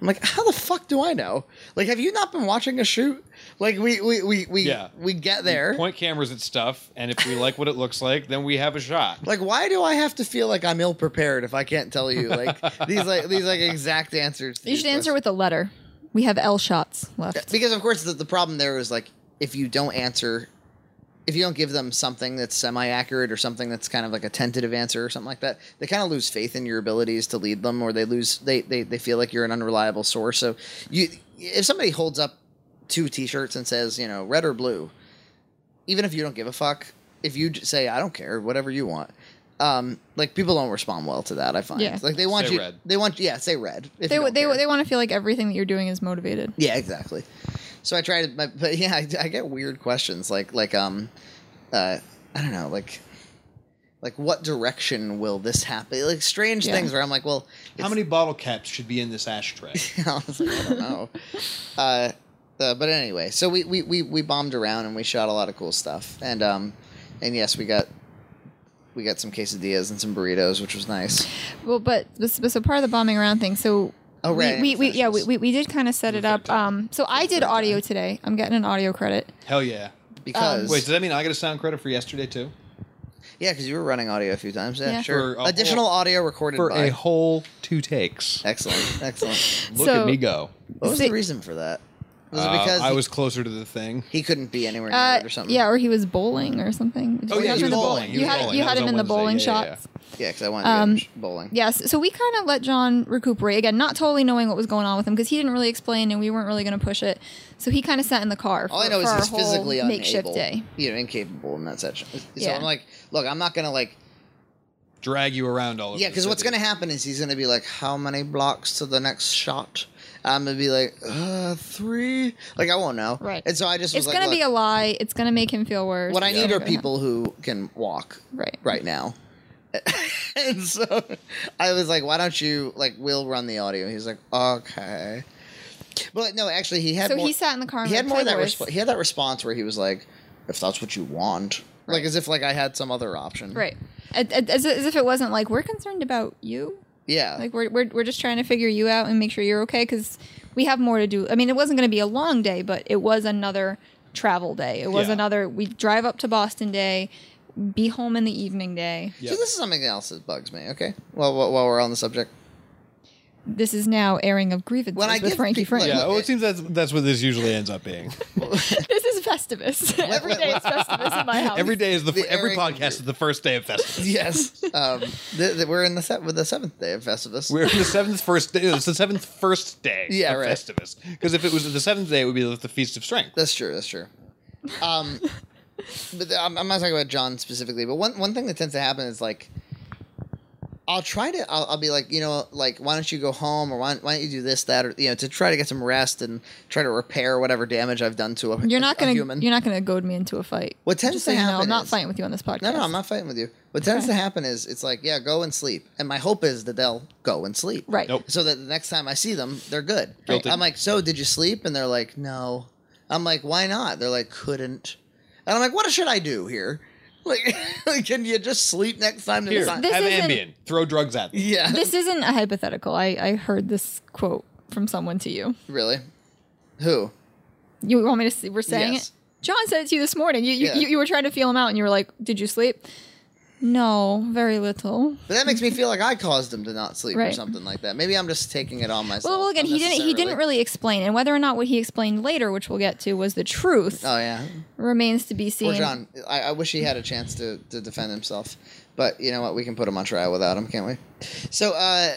Speaker 1: I'm like, how the fuck do I know? Like, have you not been watching a shoot? Like, we we we we,
Speaker 3: Yeah.
Speaker 1: we get there.
Speaker 3: Point cameras at stuff, and if we like what it looks like, then we have a shot.
Speaker 1: like, why do I have to feel like I'm ill prepared if I can't tell you
Speaker 3: [LAUGHS]
Speaker 1: like these like these like exact answers? to
Speaker 2: You
Speaker 1: these
Speaker 2: should answer
Speaker 1: questions?
Speaker 2: with a letter. We have L shots left.
Speaker 1: because of course the, the problem there is like if you don't answer, if you don't give them something that's semi accurate or something that's kind of like a tentative answer or something like that, they kind of lose faith in your abilities to lead them, or they lose they they they feel like you're an unreliable source. So you if somebody holds up two T-shirts and says you know red or blue, even if you don't give a fuck, if you j- say I don't care, whatever you want. Um, like people don't respond well to that. I find
Speaker 2: Yeah.
Speaker 1: like they want
Speaker 3: Say
Speaker 1: you.
Speaker 3: red.
Speaker 1: They want yeah. Say red. if
Speaker 2: They
Speaker 1: you
Speaker 2: they
Speaker 1: don't care.
Speaker 2: they want to feel like everything that you're doing is motivated.
Speaker 1: Yeah, exactly. So I try to, but, but yeah, [LAUGHS] I, I get weird questions like like um, uh, I don't know, like like what direction will this happen? Like strange
Speaker 2: Yeah.
Speaker 1: things where I'm like, well,
Speaker 3: How
Speaker 1: it's-
Speaker 3: many bottle caps should be in this ashtray?
Speaker 1: [LAUGHS] I was like, I don't
Speaker 2: [LAUGHS]
Speaker 1: know. uh, uh, but anyway, so we, we we we bombed around and we shot a lot of cool stuff, and um, and yes, we got. We got some quesadillas and some burritos, which was nice.
Speaker 2: Well, but, but so part of the bombing around thing. So
Speaker 1: Oh, right, I
Speaker 2: we, we,
Speaker 1: didn't
Speaker 2: we
Speaker 1: finish
Speaker 2: yeah we,
Speaker 1: this.
Speaker 2: we, we did kind of set it up. Um, so I did audio today. I'm getting an audio credit.
Speaker 3: Hell yeah!
Speaker 2: um,
Speaker 1: Because
Speaker 3: Wait, does that mean I get a sound credit for yesterday too?
Speaker 1: yeah, because you were running audio a few times. Yeah,
Speaker 2: Yeah.
Speaker 1: sure.
Speaker 3: For a
Speaker 1: Additional
Speaker 3: whole-
Speaker 1: audio recorded
Speaker 3: For
Speaker 1: by.
Speaker 3: a whole two takes.
Speaker 1: excellent, excellent.
Speaker 3: Look
Speaker 2: So-
Speaker 3: at me go!
Speaker 1: What was
Speaker 2: Say-
Speaker 1: the reason for that? Was it
Speaker 3: Uh,
Speaker 1: because
Speaker 3: I
Speaker 1: he,
Speaker 3: was closer to the thing.
Speaker 1: he couldn't be anywhere near
Speaker 2: Uh,
Speaker 1: it or something?
Speaker 2: yeah, or he was bowling or something.
Speaker 3: Oh, yeah,
Speaker 2: Because
Speaker 1: he was
Speaker 2: of the
Speaker 1: bowling. He
Speaker 2: You
Speaker 1: was
Speaker 2: had
Speaker 3: bowling.
Speaker 2: you
Speaker 3: That
Speaker 2: had
Speaker 3: was
Speaker 2: him
Speaker 3: on
Speaker 2: in the
Speaker 3: Wednesday.
Speaker 2: bowling
Speaker 3: Yeah, yeah, yeah.
Speaker 2: shots.
Speaker 1: yeah, because I wanted to
Speaker 2: Um,
Speaker 1: go bowling.
Speaker 2: Yes. So we kind of let John recuperate again, not totally knowing what was going on with him because he didn't really explain and we weren't really going to push it. So he kind of sat in the car. For,
Speaker 1: All I know
Speaker 2: for
Speaker 1: is
Speaker 2: our
Speaker 1: he's
Speaker 2: whole
Speaker 1: physically unable,
Speaker 2: makeshift day.
Speaker 1: you know, incapable in that section. So
Speaker 2: Yeah.
Speaker 1: I'm like, look, I'm not gonna like,
Speaker 3: Drag you around all over.
Speaker 1: yeah, because what's gonna happen is he's gonna be like, how many blocks to the next shot? I'm gonna be like, uh, three. Like I won't know.
Speaker 2: Right.
Speaker 1: And so I just was
Speaker 2: It's
Speaker 1: like,
Speaker 2: going to be a
Speaker 1: look,
Speaker 2: lie. It's going to make him feel worse.
Speaker 1: what I
Speaker 2: It's
Speaker 1: need
Speaker 2: gonna
Speaker 1: are
Speaker 2: go down.
Speaker 1: people who can walk
Speaker 2: Right.
Speaker 1: right now. [LAUGHS] and so I was like, why don't you like? We'll run the audio. He's like, okay. But no, actually, he had
Speaker 2: So
Speaker 1: more-
Speaker 2: he sat in the car. and
Speaker 1: he
Speaker 2: was
Speaker 1: had
Speaker 2: like,
Speaker 1: more of
Speaker 2: "Play
Speaker 1: that
Speaker 2: worse."
Speaker 1: resp- he had that response where he was like if that's what you want like
Speaker 2: Right.
Speaker 1: as if like i had some other option
Speaker 2: Right. As, as, as if it wasn't like we're concerned about you.
Speaker 1: yeah
Speaker 2: Like we're, we're, we're just trying to figure you out and make sure you're okay because we have more to do. I mean, it wasn't going to be a long day, but it was another travel day. It was
Speaker 3: Yeah.
Speaker 2: another we drive up to Boston day, be home in the evening day.
Speaker 3: Yeah.
Speaker 1: So this is something else that bugs me. Okay, well, while, while we're on the subject, [LAUGHS]
Speaker 2: This is now airing of grievances
Speaker 1: When I
Speaker 2: with
Speaker 1: give
Speaker 2: Frankie
Speaker 1: people-
Speaker 2: Frank.
Speaker 3: Yeah, oh, it seems that's that's what this usually ends up being.
Speaker 2: [LAUGHS] this is Festivus. Every day is
Speaker 1: [LAUGHS]
Speaker 2: Festivus in my house.
Speaker 3: Every day is the,
Speaker 1: The
Speaker 3: every
Speaker 1: airing-
Speaker 3: podcast is the first day of Festivus.
Speaker 1: yes, um, th- th- we're in the se- with the seventh day of Festivus.
Speaker 3: We're in the seventh first day. It's the seventh first day
Speaker 1: Yeah,
Speaker 3: of
Speaker 1: right.
Speaker 3: Festivus. Because if it was the seventh day, it would be the Feast of Strength.
Speaker 1: That's true. That's true.
Speaker 2: [LAUGHS]
Speaker 1: Um, but the- I'm, I'm not talking about John specifically. But one one thing that tends to happen is like, I'll try to. I'll, I'll be like, you know, like why don't you go home or why, why don't you do this that or you know to try to get some rest and try to repair whatever damage I've done to a
Speaker 2: You're not
Speaker 1: a
Speaker 2: gonna
Speaker 1: human.
Speaker 2: you're not gonna goad me into a fight.
Speaker 1: What tends
Speaker 2: Just
Speaker 1: to
Speaker 2: so you know,
Speaker 1: happen
Speaker 2: I'm not
Speaker 1: is-
Speaker 2: fighting with you on this podcast.
Speaker 1: no, no, I'm not fighting with you. What tends to happen is it's like, yeah, go and sleep. And my hope is that they'll go and sleep.
Speaker 2: Right.
Speaker 1: [LAUGHS]
Speaker 3: Nope.
Speaker 1: So that the next time I see them, they're good.
Speaker 3: Guilty.
Speaker 1: I'm like, so did you sleep? And they're like, no. I'm like, why not? They're like, couldn't. And I'm like, what should I do here? [LAUGHS] Like, can you just sleep next time? to
Speaker 3: Here,
Speaker 1: decide-
Speaker 2: This
Speaker 3: have
Speaker 2: isn't-
Speaker 3: Ambien. Throw drugs at them.
Speaker 1: yeah.
Speaker 2: This isn't a hypothetical. I, I heard this quote from someone to you.
Speaker 1: [LAUGHS] really? Who?
Speaker 2: You want me to see? We're saying
Speaker 1: Yes.
Speaker 2: it. John said it to you this morning. You you,
Speaker 1: Yeah.
Speaker 2: you you were trying to feel him out, and you were like, "Did you sleep?" No, very little.
Speaker 1: But that makes me feel like I caused them to not sleep or
Speaker 2: Right.
Speaker 1: something like that. Maybe I'm just taking it on myself.
Speaker 2: Well, well, again, he didn't he didn't
Speaker 1: unnecessarily.
Speaker 2: really explain, and whether or not what he explained later, which we'll get to, was the truth,
Speaker 1: Oh yeah.
Speaker 2: remains to be seen.
Speaker 1: Poor John. I, I wish he had a chance to, to defend himself. But you know what? We can put him on trial without him, can't we? So, uh,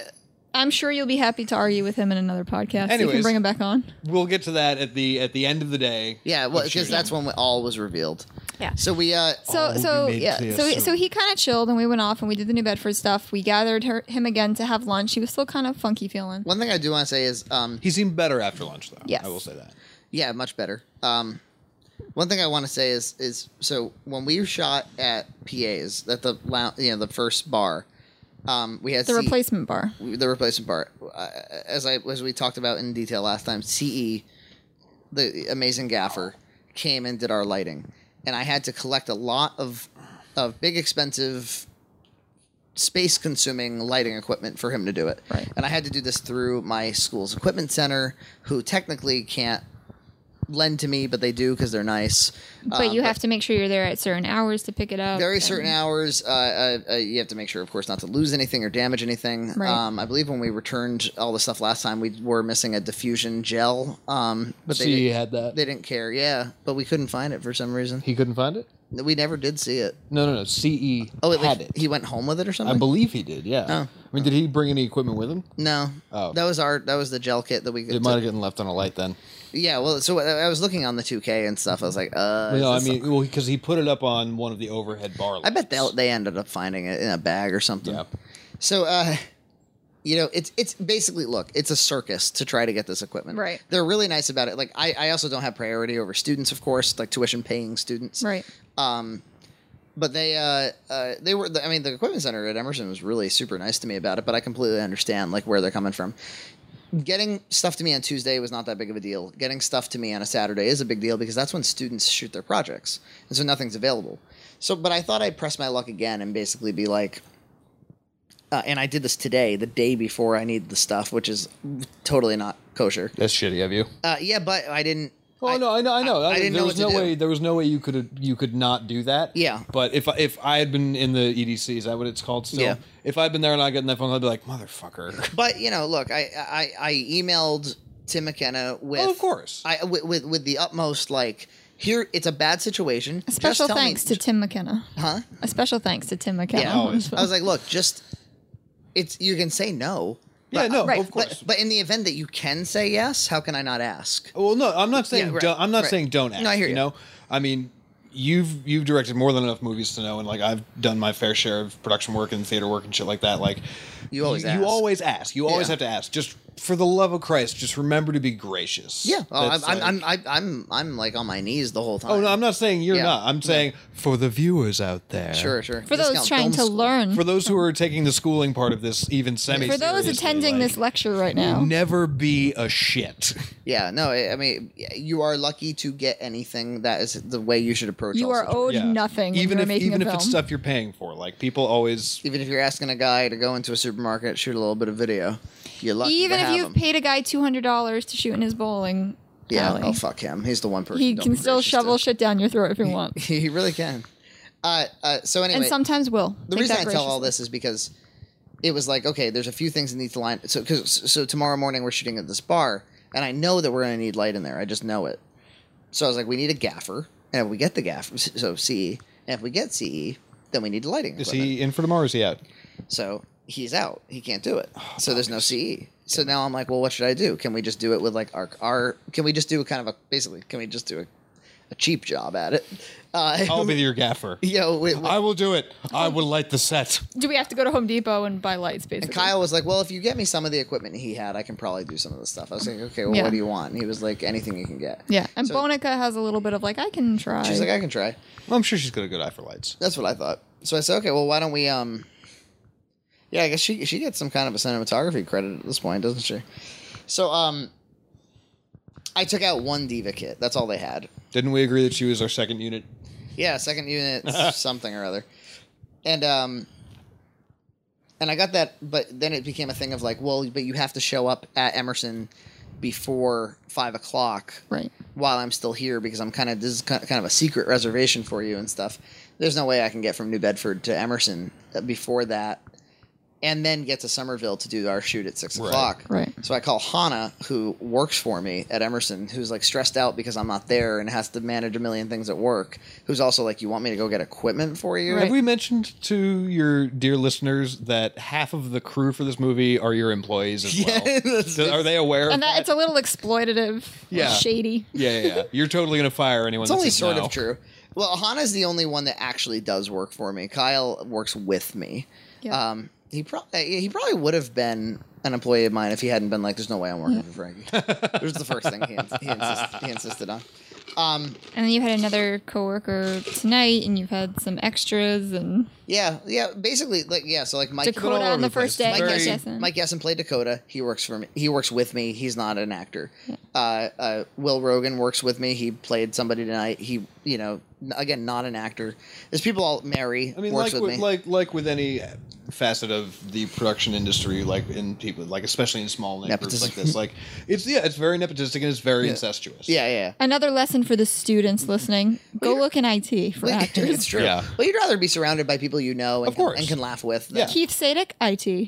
Speaker 2: I'm sure you'll be happy to argue with him in another podcast. you can
Speaker 3: Anyways.
Speaker 2: bring him back on.
Speaker 3: We'll get to that at the at the end of the day.
Speaker 1: yeah, well,
Speaker 3: Of shooting.
Speaker 1: because that's when we, all was revealed.
Speaker 2: Yeah.
Speaker 1: So we, uh,
Speaker 2: So
Speaker 3: All will
Speaker 2: so
Speaker 3: be made
Speaker 2: yeah
Speaker 3: clear
Speaker 2: so
Speaker 3: soon.
Speaker 2: so he kind of chilled, and we went off, and we did the New Bedford stuff. We gathered her, him again to have lunch. He was still kind of funky feeling.
Speaker 1: one thing I do want to say is, um,
Speaker 3: He seemed better after lunch, though.
Speaker 2: Yes.
Speaker 3: I will say that.
Speaker 1: yeah, much better. Um, one thing I want to say is, is so when we shot at PA's at the lou- you know the first bar, um, we had
Speaker 2: The
Speaker 1: seat-
Speaker 2: replacement bar.
Speaker 1: the replacement part, uh, as I as we talked about in detail last time, CE, the amazing gaffer, came and did our lighting, and I had to collect a lot of of big expensive space consuming lighting equipment for him to do it.
Speaker 2: Right.
Speaker 1: And I had to do this through my school's equipment center, who technically can't lend to me, but they do because they're nice.
Speaker 3: Uh,
Speaker 1: Um,
Speaker 2: But you have to make sure you're there at certain hours to pick it up.
Speaker 1: very
Speaker 2: and-
Speaker 1: certain hours. Uh, uh, uh, you have to make sure, of course, not to lose anything or damage anything.
Speaker 2: Right.
Speaker 1: Um, I believe when we returned all the stuff last time, we were missing a diffusion gel, um, but they
Speaker 3: See, he
Speaker 1: didn't-
Speaker 3: E had that.
Speaker 1: they didn't care. Yeah, but we couldn't find it for some reason.
Speaker 3: he couldn't find it.
Speaker 1: We never did see it.
Speaker 3: No, no, no. CE
Speaker 1: Oh, wait,
Speaker 3: had
Speaker 1: like,
Speaker 3: it.
Speaker 1: he went home with it or something.
Speaker 3: I believe he did. Yeah.
Speaker 1: Oh.
Speaker 3: I mean, did he bring any equipment with him?
Speaker 1: no,
Speaker 3: Oh.
Speaker 1: that was our that was the gel kit that we.
Speaker 3: It might have gotten left on a light then.
Speaker 1: yeah, well, so I I was looking on the 2K and stuff. I was like, uh, is
Speaker 3: no, I
Speaker 1: this
Speaker 3: mean, well, because he put it up on one of the overhead bar.
Speaker 1: I bet they
Speaker 3: lights.
Speaker 1: they ended up finding it in a bag or something.
Speaker 3: Yeah.
Speaker 1: So, uh, you know, it's it's basically look, it's a circus to try to get this equipment.
Speaker 2: Right.
Speaker 1: They're really nice about it. Like I, I also don't have priority over students, of course, like tuition paying students.
Speaker 2: Right.
Speaker 1: Um, but they uh, uh they were I mean the equipment center at Emerson was really super nice to me about it, but I completely understand like where they're coming from. Getting stuff to me on Tuesday was not that big of a deal. Getting stuff to me on a Saturday is a big deal because that's when students shoot their projects, and so nothing's available. So, but I thought I'd press my luck again and basically be like, uh, and I did this today, the day before I needed the stuff, which is totally not kosher.
Speaker 3: That's shitty of you.
Speaker 1: Uh, yeah, but I didn't.
Speaker 3: Oh no, I know, I know.
Speaker 1: I didn't
Speaker 3: there
Speaker 1: know
Speaker 3: was
Speaker 1: what to
Speaker 3: no
Speaker 1: do.
Speaker 3: way. There was no way you could you could not do that.
Speaker 1: Yeah.
Speaker 3: But if I- if I had been in the EDC, is that what it's called? Still,
Speaker 1: Yeah.
Speaker 3: If I'd been there and I gotten that phone, call, I'd be
Speaker 1: [LAUGHS]
Speaker 3: like, motherfucker.
Speaker 1: But you know, look, I I, I emailed Tim McKenna with,
Speaker 3: Oh, of course.
Speaker 1: I with, with with the utmost like here. It's a bad situation.
Speaker 2: A special thanks to
Speaker 1: Tim.
Speaker 2: Tim McKenna.
Speaker 1: huh?
Speaker 2: A special thanks to Tim McKenna.
Speaker 1: Yeah,
Speaker 2: [LAUGHS]
Speaker 3: always.
Speaker 1: I was like, look, just it's you can say no.
Speaker 3: yeah,
Speaker 1: but-
Speaker 3: no,
Speaker 2: right,
Speaker 3: of course.
Speaker 1: But, but in the event that you can say yes, how can I not ask?
Speaker 3: well, no, I'm not saying
Speaker 1: Yeah, right,
Speaker 3: don't, I'm not
Speaker 1: right.
Speaker 3: saying don't ask.
Speaker 1: No, I hear
Speaker 3: you.
Speaker 1: you.
Speaker 3: know, I mean, you've you've directed more than enough movies to know, and like I've done my fair share of production work and theater work and shit like that. Like,
Speaker 1: You always
Speaker 3: you,
Speaker 1: ask.
Speaker 3: always ask. You always
Speaker 1: Yeah.
Speaker 3: have to ask. Just for the love of Christ, just remember to be gracious.
Speaker 1: Yeah, oh, I'm,
Speaker 3: That's,
Speaker 1: I'm,
Speaker 3: like-
Speaker 1: I'm, I'm, I'm, I'm like on my knees the whole time.
Speaker 3: Oh no, I'm not saying you're
Speaker 1: Yeah.
Speaker 3: not. I'm saying for the viewers out there.
Speaker 1: sure, sure.
Speaker 2: For those
Speaker 1: Discount
Speaker 2: trying
Speaker 1: film
Speaker 2: to
Speaker 1: school.
Speaker 2: learn,
Speaker 3: For those who are taking the schooling part of this, even semi.
Speaker 2: for those attending this lecture right now,
Speaker 3: never be a shit.
Speaker 1: Yeah, no, I I mean, you are lucky to get anything. That is the way you should approach.
Speaker 2: you
Speaker 1: all
Speaker 2: are owed nothing. When
Speaker 3: even
Speaker 2: you're
Speaker 3: if
Speaker 2: making
Speaker 3: even
Speaker 2: a
Speaker 3: if
Speaker 2: film.
Speaker 3: it's stuff you're paying for, like people always.
Speaker 1: even if you're asking a guy to go into a supermarket shoot a little bit of video you're lucky
Speaker 2: even
Speaker 1: to
Speaker 2: if
Speaker 1: have
Speaker 2: you've
Speaker 1: him.
Speaker 2: paid a guy two hundred dollars to shoot in his bowling
Speaker 1: Yeah.
Speaker 2: Allie.
Speaker 1: Oh fuck him. He's the one person.
Speaker 2: He
Speaker 1: don't
Speaker 2: can
Speaker 1: be
Speaker 2: still
Speaker 1: gracious
Speaker 2: shovel
Speaker 1: to.
Speaker 2: shit down your throat if he
Speaker 1: [LAUGHS]
Speaker 2: wants,
Speaker 1: He really can. Uh, uh, so anyway,
Speaker 2: and sometimes will.
Speaker 1: the
Speaker 2: Take
Speaker 1: reason I
Speaker 2: that
Speaker 1: tell all
Speaker 2: graciously.
Speaker 1: this is because it was like, okay, there's a few things that need to line. So, cause, so tomorrow morning we're shooting at this bar, and I know that we're gonna need light in there. I just know it. So I was like, we need a gaffer, and if we get the gaffer, so CE, and if we get CE, then we need lighting.
Speaker 3: Is
Speaker 1: equipment.
Speaker 3: he in for tomorrow? Or is he [LAUGHS] out?
Speaker 1: So he's out. He can't do it. so there's no CE. So now I'm like, well, what should I do? Can we just do it with like our our? Can we just do a kind of a basically? Can we just do a, a cheap job at it? Uh,
Speaker 3: I'll be your gaffer.
Speaker 1: [LAUGHS] yo, wait, wait.
Speaker 3: I will do it. I will light the set.
Speaker 2: Do we have to go to Home Depot and buy lights? Basically,
Speaker 1: And Kyle was like, "Well, if you get me some of the equipment he had, I can probably do some of the stuff." I was like, "Okay, well,
Speaker 2: Yeah.
Speaker 1: what do you want?" And he was like, "Anything you can get."
Speaker 2: Yeah, and
Speaker 1: So-
Speaker 2: Bonica has a little bit of like I can try.
Speaker 1: She's like, "I can try."
Speaker 3: Well, I'm sure she's got a good eye for lights.
Speaker 1: That's what I thought. So I said, "Okay, well, why don't we?" um Yeah, I guess she she gets some kind of a cinematography credit at this point, doesn't she? So um, I took out one diva kit. That's all they had.
Speaker 3: Didn't we agree that she was our second unit?
Speaker 1: Yeah, second unit something or other. And um and I got that but then it became a thing of like, well, but you have to show up at Emerson before five o'clock
Speaker 2: right.
Speaker 1: while I'm still here because I'm kind of this is ki- kind of a secret reservation for you and stuff. There's no way I can get from New Bedford to Emerson uh, before that, and then get to Somerville to do our shoot at six
Speaker 3: Right.
Speaker 1: o'clock.
Speaker 2: Right.
Speaker 1: So I call Hannah, who works for me at Emerson, who's like stressed out because I'm not there and has to manage a million things at work. Who's also like, "You want me to go get equipment for you?"
Speaker 3: Have we mentioned to your dear listeners that half of the crew for this movie are your employees as [LAUGHS] well?
Speaker 1: Yeah, that's-
Speaker 3: Do- are they aware? of
Speaker 2: And that it's a little exploitative,
Speaker 3: Yeah.
Speaker 2: shady.
Speaker 3: yeah, yeah, yeah. You're totally gonna fire anyone.
Speaker 1: It's
Speaker 3: that
Speaker 1: only
Speaker 3: says
Speaker 1: sort
Speaker 3: no.
Speaker 1: of true. Well, Hannah's the only one that actually does work for me. Kyle works with me.
Speaker 2: Yeah.
Speaker 1: Um, he probably he probably would have been an employee of mine if he hadn't been like, "There's no way I'm working for Frankie." it was the first thing he, ins- he, insist- he insisted on. Um,
Speaker 2: And then you had another coworker tonight, and you've had some extras, and
Speaker 1: yeah, yeah. Basically, like yeah. So like Mike
Speaker 3: all
Speaker 2: Dakota
Speaker 3: over
Speaker 2: on
Speaker 3: the
Speaker 2: the first day.
Speaker 3: place.
Speaker 1: Mike
Speaker 3: Very-
Speaker 2: Yes, yes,
Speaker 1: Yessen,
Speaker 2: and-
Speaker 1: Mike Yessen played Dakota. He works for me. He works with me. He's not an actor. Uh, uh, Will Rogan works with me. He played somebody tonight. He, you know, n- again, not an actor. There's people all Mary
Speaker 3: I mean,
Speaker 1: works
Speaker 3: like
Speaker 1: with,
Speaker 3: with,
Speaker 1: me.
Speaker 3: like like with any facet of the production industry, like in people, like especially in small groups
Speaker 1: Nepotism.
Speaker 3: like this, like it's yeah, it's very nepotistic and it's very
Speaker 1: Yeah.
Speaker 3: incestuous.
Speaker 1: yeah, yeah. yeah.
Speaker 2: Another lesson for the students listening: go look in IT
Speaker 1: [LAUGHS]
Speaker 2: for
Speaker 1: it's
Speaker 2: actors.
Speaker 1: true.
Speaker 3: Yeah.
Speaker 1: Well, you'd rather be surrounded by people you know and,
Speaker 3: Of course.
Speaker 1: Can, and can laugh with. than-
Speaker 3: Yeah.
Speaker 2: Keith Sadek, IT.
Speaker 1: And-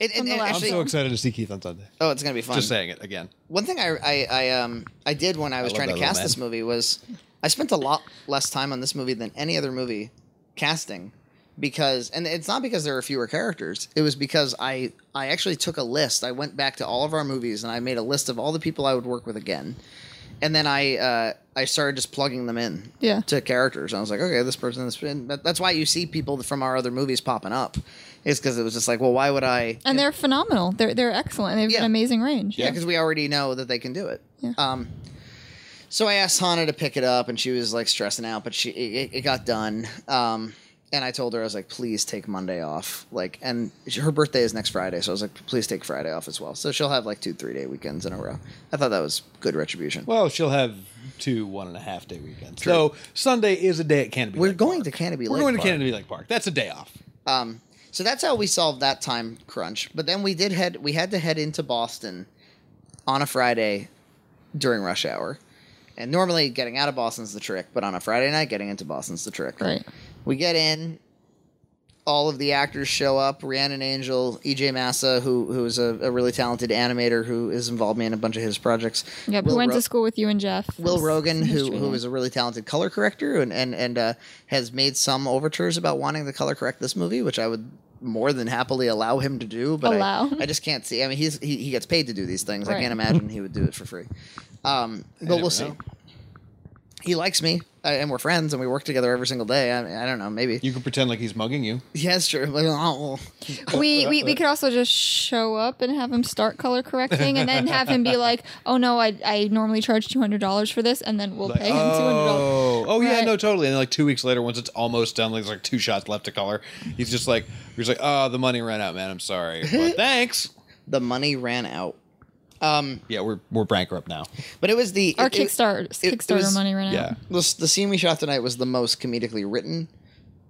Speaker 1: and-
Speaker 2: From the
Speaker 1: and
Speaker 2: last
Speaker 1: actually-
Speaker 2: one. I'm so
Speaker 3: excited to see Keith on Sunday.
Speaker 1: oh, it's gonna be fun.
Speaker 3: Just saying it again.
Speaker 1: One thing I, I I um I did when I was
Speaker 3: love
Speaker 1: trying to
Speaker 3: that little
Speaker 1: cast this
Speaker 3: man.
Speaker 1: movie was I spent a lot less time on this movie than any other movie casting because and it's not because there were fewer characters it was because I I actually took a list I went back to all of our movies and I made a list of all the people I would work with again and then I uh, I started just plugging them in
Speaker 2: Yeah.
Speaker 1: to characters. And I was like, okay, this person, this person. That, that's why you see people from our other movies popping up, is because it was just like, well, why would I?
Speaker 2: And they're phenomenal. They're they're excellent. They've
Speaker 1: Yeah.
Speaker 2: an amazing range.
Speaker 1: yeah, because we already know that they can do it.
Speaker 2: Yeah.
Speaker 1: Um, so I asked Hannah to pick it up, and she was like stressing out, but she it, it got done. Um, and I told her I was like, please take Monday off. Like, and she- her birthday is next Friday, so I was like, please take Friday off as well. So she'll have like two three day weekends in a row. I thought that was good retribution.
Speaker 3: Well, she'll have two one and a half day weekends. So Sunday is a day at Canopy.
Speaker 1: We're
Speaker 3: Lake
Speaker 1: going
Speaker 3: Park.
Speaker 1: to Canopy
Speaker 3: We're
Speaker 1: Lake
Speaker 3: going
Speaker 1: Park.
Speaker 3: to Canopy Lake Park. That's a day off.
Speaker 1: Um, so that's how we solved that time crunch. But then we did head we had to head into Boston on a Friday during rush hour. And normally getting out of Boston's the trick, but on a Friday night getting into Boston's the trick.
Speaker 2: Right.
Speaker 1: We get in, all of the actors show up, Rhiannon Angel, EJ Massa, who who is a, a really talented animator who is involved me in a bunch of his projects.
Speaker 2: Yep.
Speaker 1: Will
Speaker 2: who went
Speaker 1: Ro-
Speaker 2: to school with you and Jeff?
Speaker 1: Will Rogan, who who
Speaker 2: history.
Speaker 1: is a really talented color corrector and and and uh, has made some overtures about wanting to color correct this movie, which I would more than happily allow him to do. But I-
Speaker 2: Allow.
Speaker 1: I, just can't see. I mean, he's he, he gets paid to do these things. I
Speaker 2: Right.
Speaker 1: can't imagine he would do it for free. Um, but
Speaker 3: never
Speaker 1: we'll see.
Speaker 3: know.
Speaker 1: He likes me, uh, and we're friends, and we work together every single day. I, mean, I don't know, maybe. [LAUGHS]
Speaker 3: You can pretend like he's mugging you.
Speaker 1: Yeah, it's true. [LAUGHS] Like, oh,
Speaker 2: [LAUGHS] we, we we could also just show up and have him start color correcting and then
Speaker 1: [LAUGHS]
Speaker 2: have him be like, oh no, I, I normally charge $200 for this and then we'll pay him $200.
Speaker 3: oh, oh yeah,
Speaker 2: Right.
Speaker 3: no, totally. And then, like two weeks later, once it's almost done, like there's like two shots left to color. He's just like, he's like, oh, the money ran out, man. I'm sorry,
Speaker 1: [LAUGHS]
Speaker 3: but thanks.
Speaker 1: the money ran out. Um,
Speaker 3: Yeah, we're we're bankrupt now.
Speaker 1: but it was the
Speaker 2: Our
Speaker 1: it- it-
Speaker 2: Kickstarter,
Speaker 1: it
Speaker 2: Kickstarter
Speaker 1: was-
Speaker 2: money right now.
Speaker 3: Yeah,
Speaker 1: the, the scene we shot tonight was the most comedically written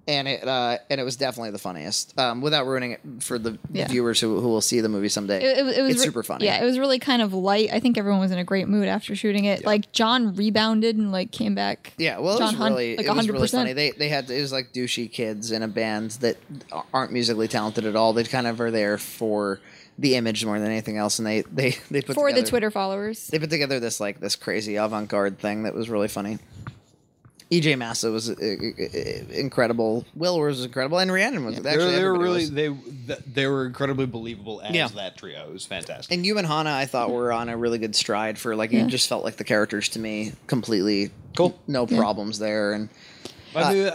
Speaker 1: and it uh, and it was definitely the funniest. Um, without ruining it for the
Speaker 2: Yeah.
Speaker 1: viewers who, who will see the movie someday,
Speaker 2: It, it, was- it was
Speaker 1: it's
Speaker 2: re-
Speaker 1: super funny.
Speaker 2: Yeah, it was really kind of light. I think everyone was in a great mood after shooting it. Like John rebounded and like came back.
Speaker 1: Yeah, well,
Speaker 2: John
Speaker 1: it was
Speaker 2: Hunt,
Speaker 1: really,
Speaker 2: like
Speaker 1: it was really
Speaker 2: 100%.
Speaker 1: funny. They they had it was like douchey kids in a band that aren't musically talented at all. They kind of are there for the image more than anything else, and they they they put
Speaker 2: for
Speaker 1: together,
Speaker 2: the Twitter followers.
Speaker 1: They put together this like this crazy avant garde thing that was really funny. EJ Massa was uh, uh, uh, incredible. Will was incredible, and Rhiannon was
Speaker 3: They were-
Speaker 1: actually
Speaker 3: they were
Speaker 1: everybody
Speaker 3: really
Speaker 1: was.
Speaker 3: they th- they were incredibly believable as
Speaker 1: Yeah.
Speaker 3: that trio. It was fantastic.
Speaker 1: And you and Hannah, I thought were on a really good stride for like
Speaker 2: Mm-hmm. Yeah.
Speaker 1: you just felt like the characters to me completely
Speaker 3: Cool.
Speaker 1: no problems there, and
Speaker 3: I,
Speaker 1: uh,
Speaker 3: mean,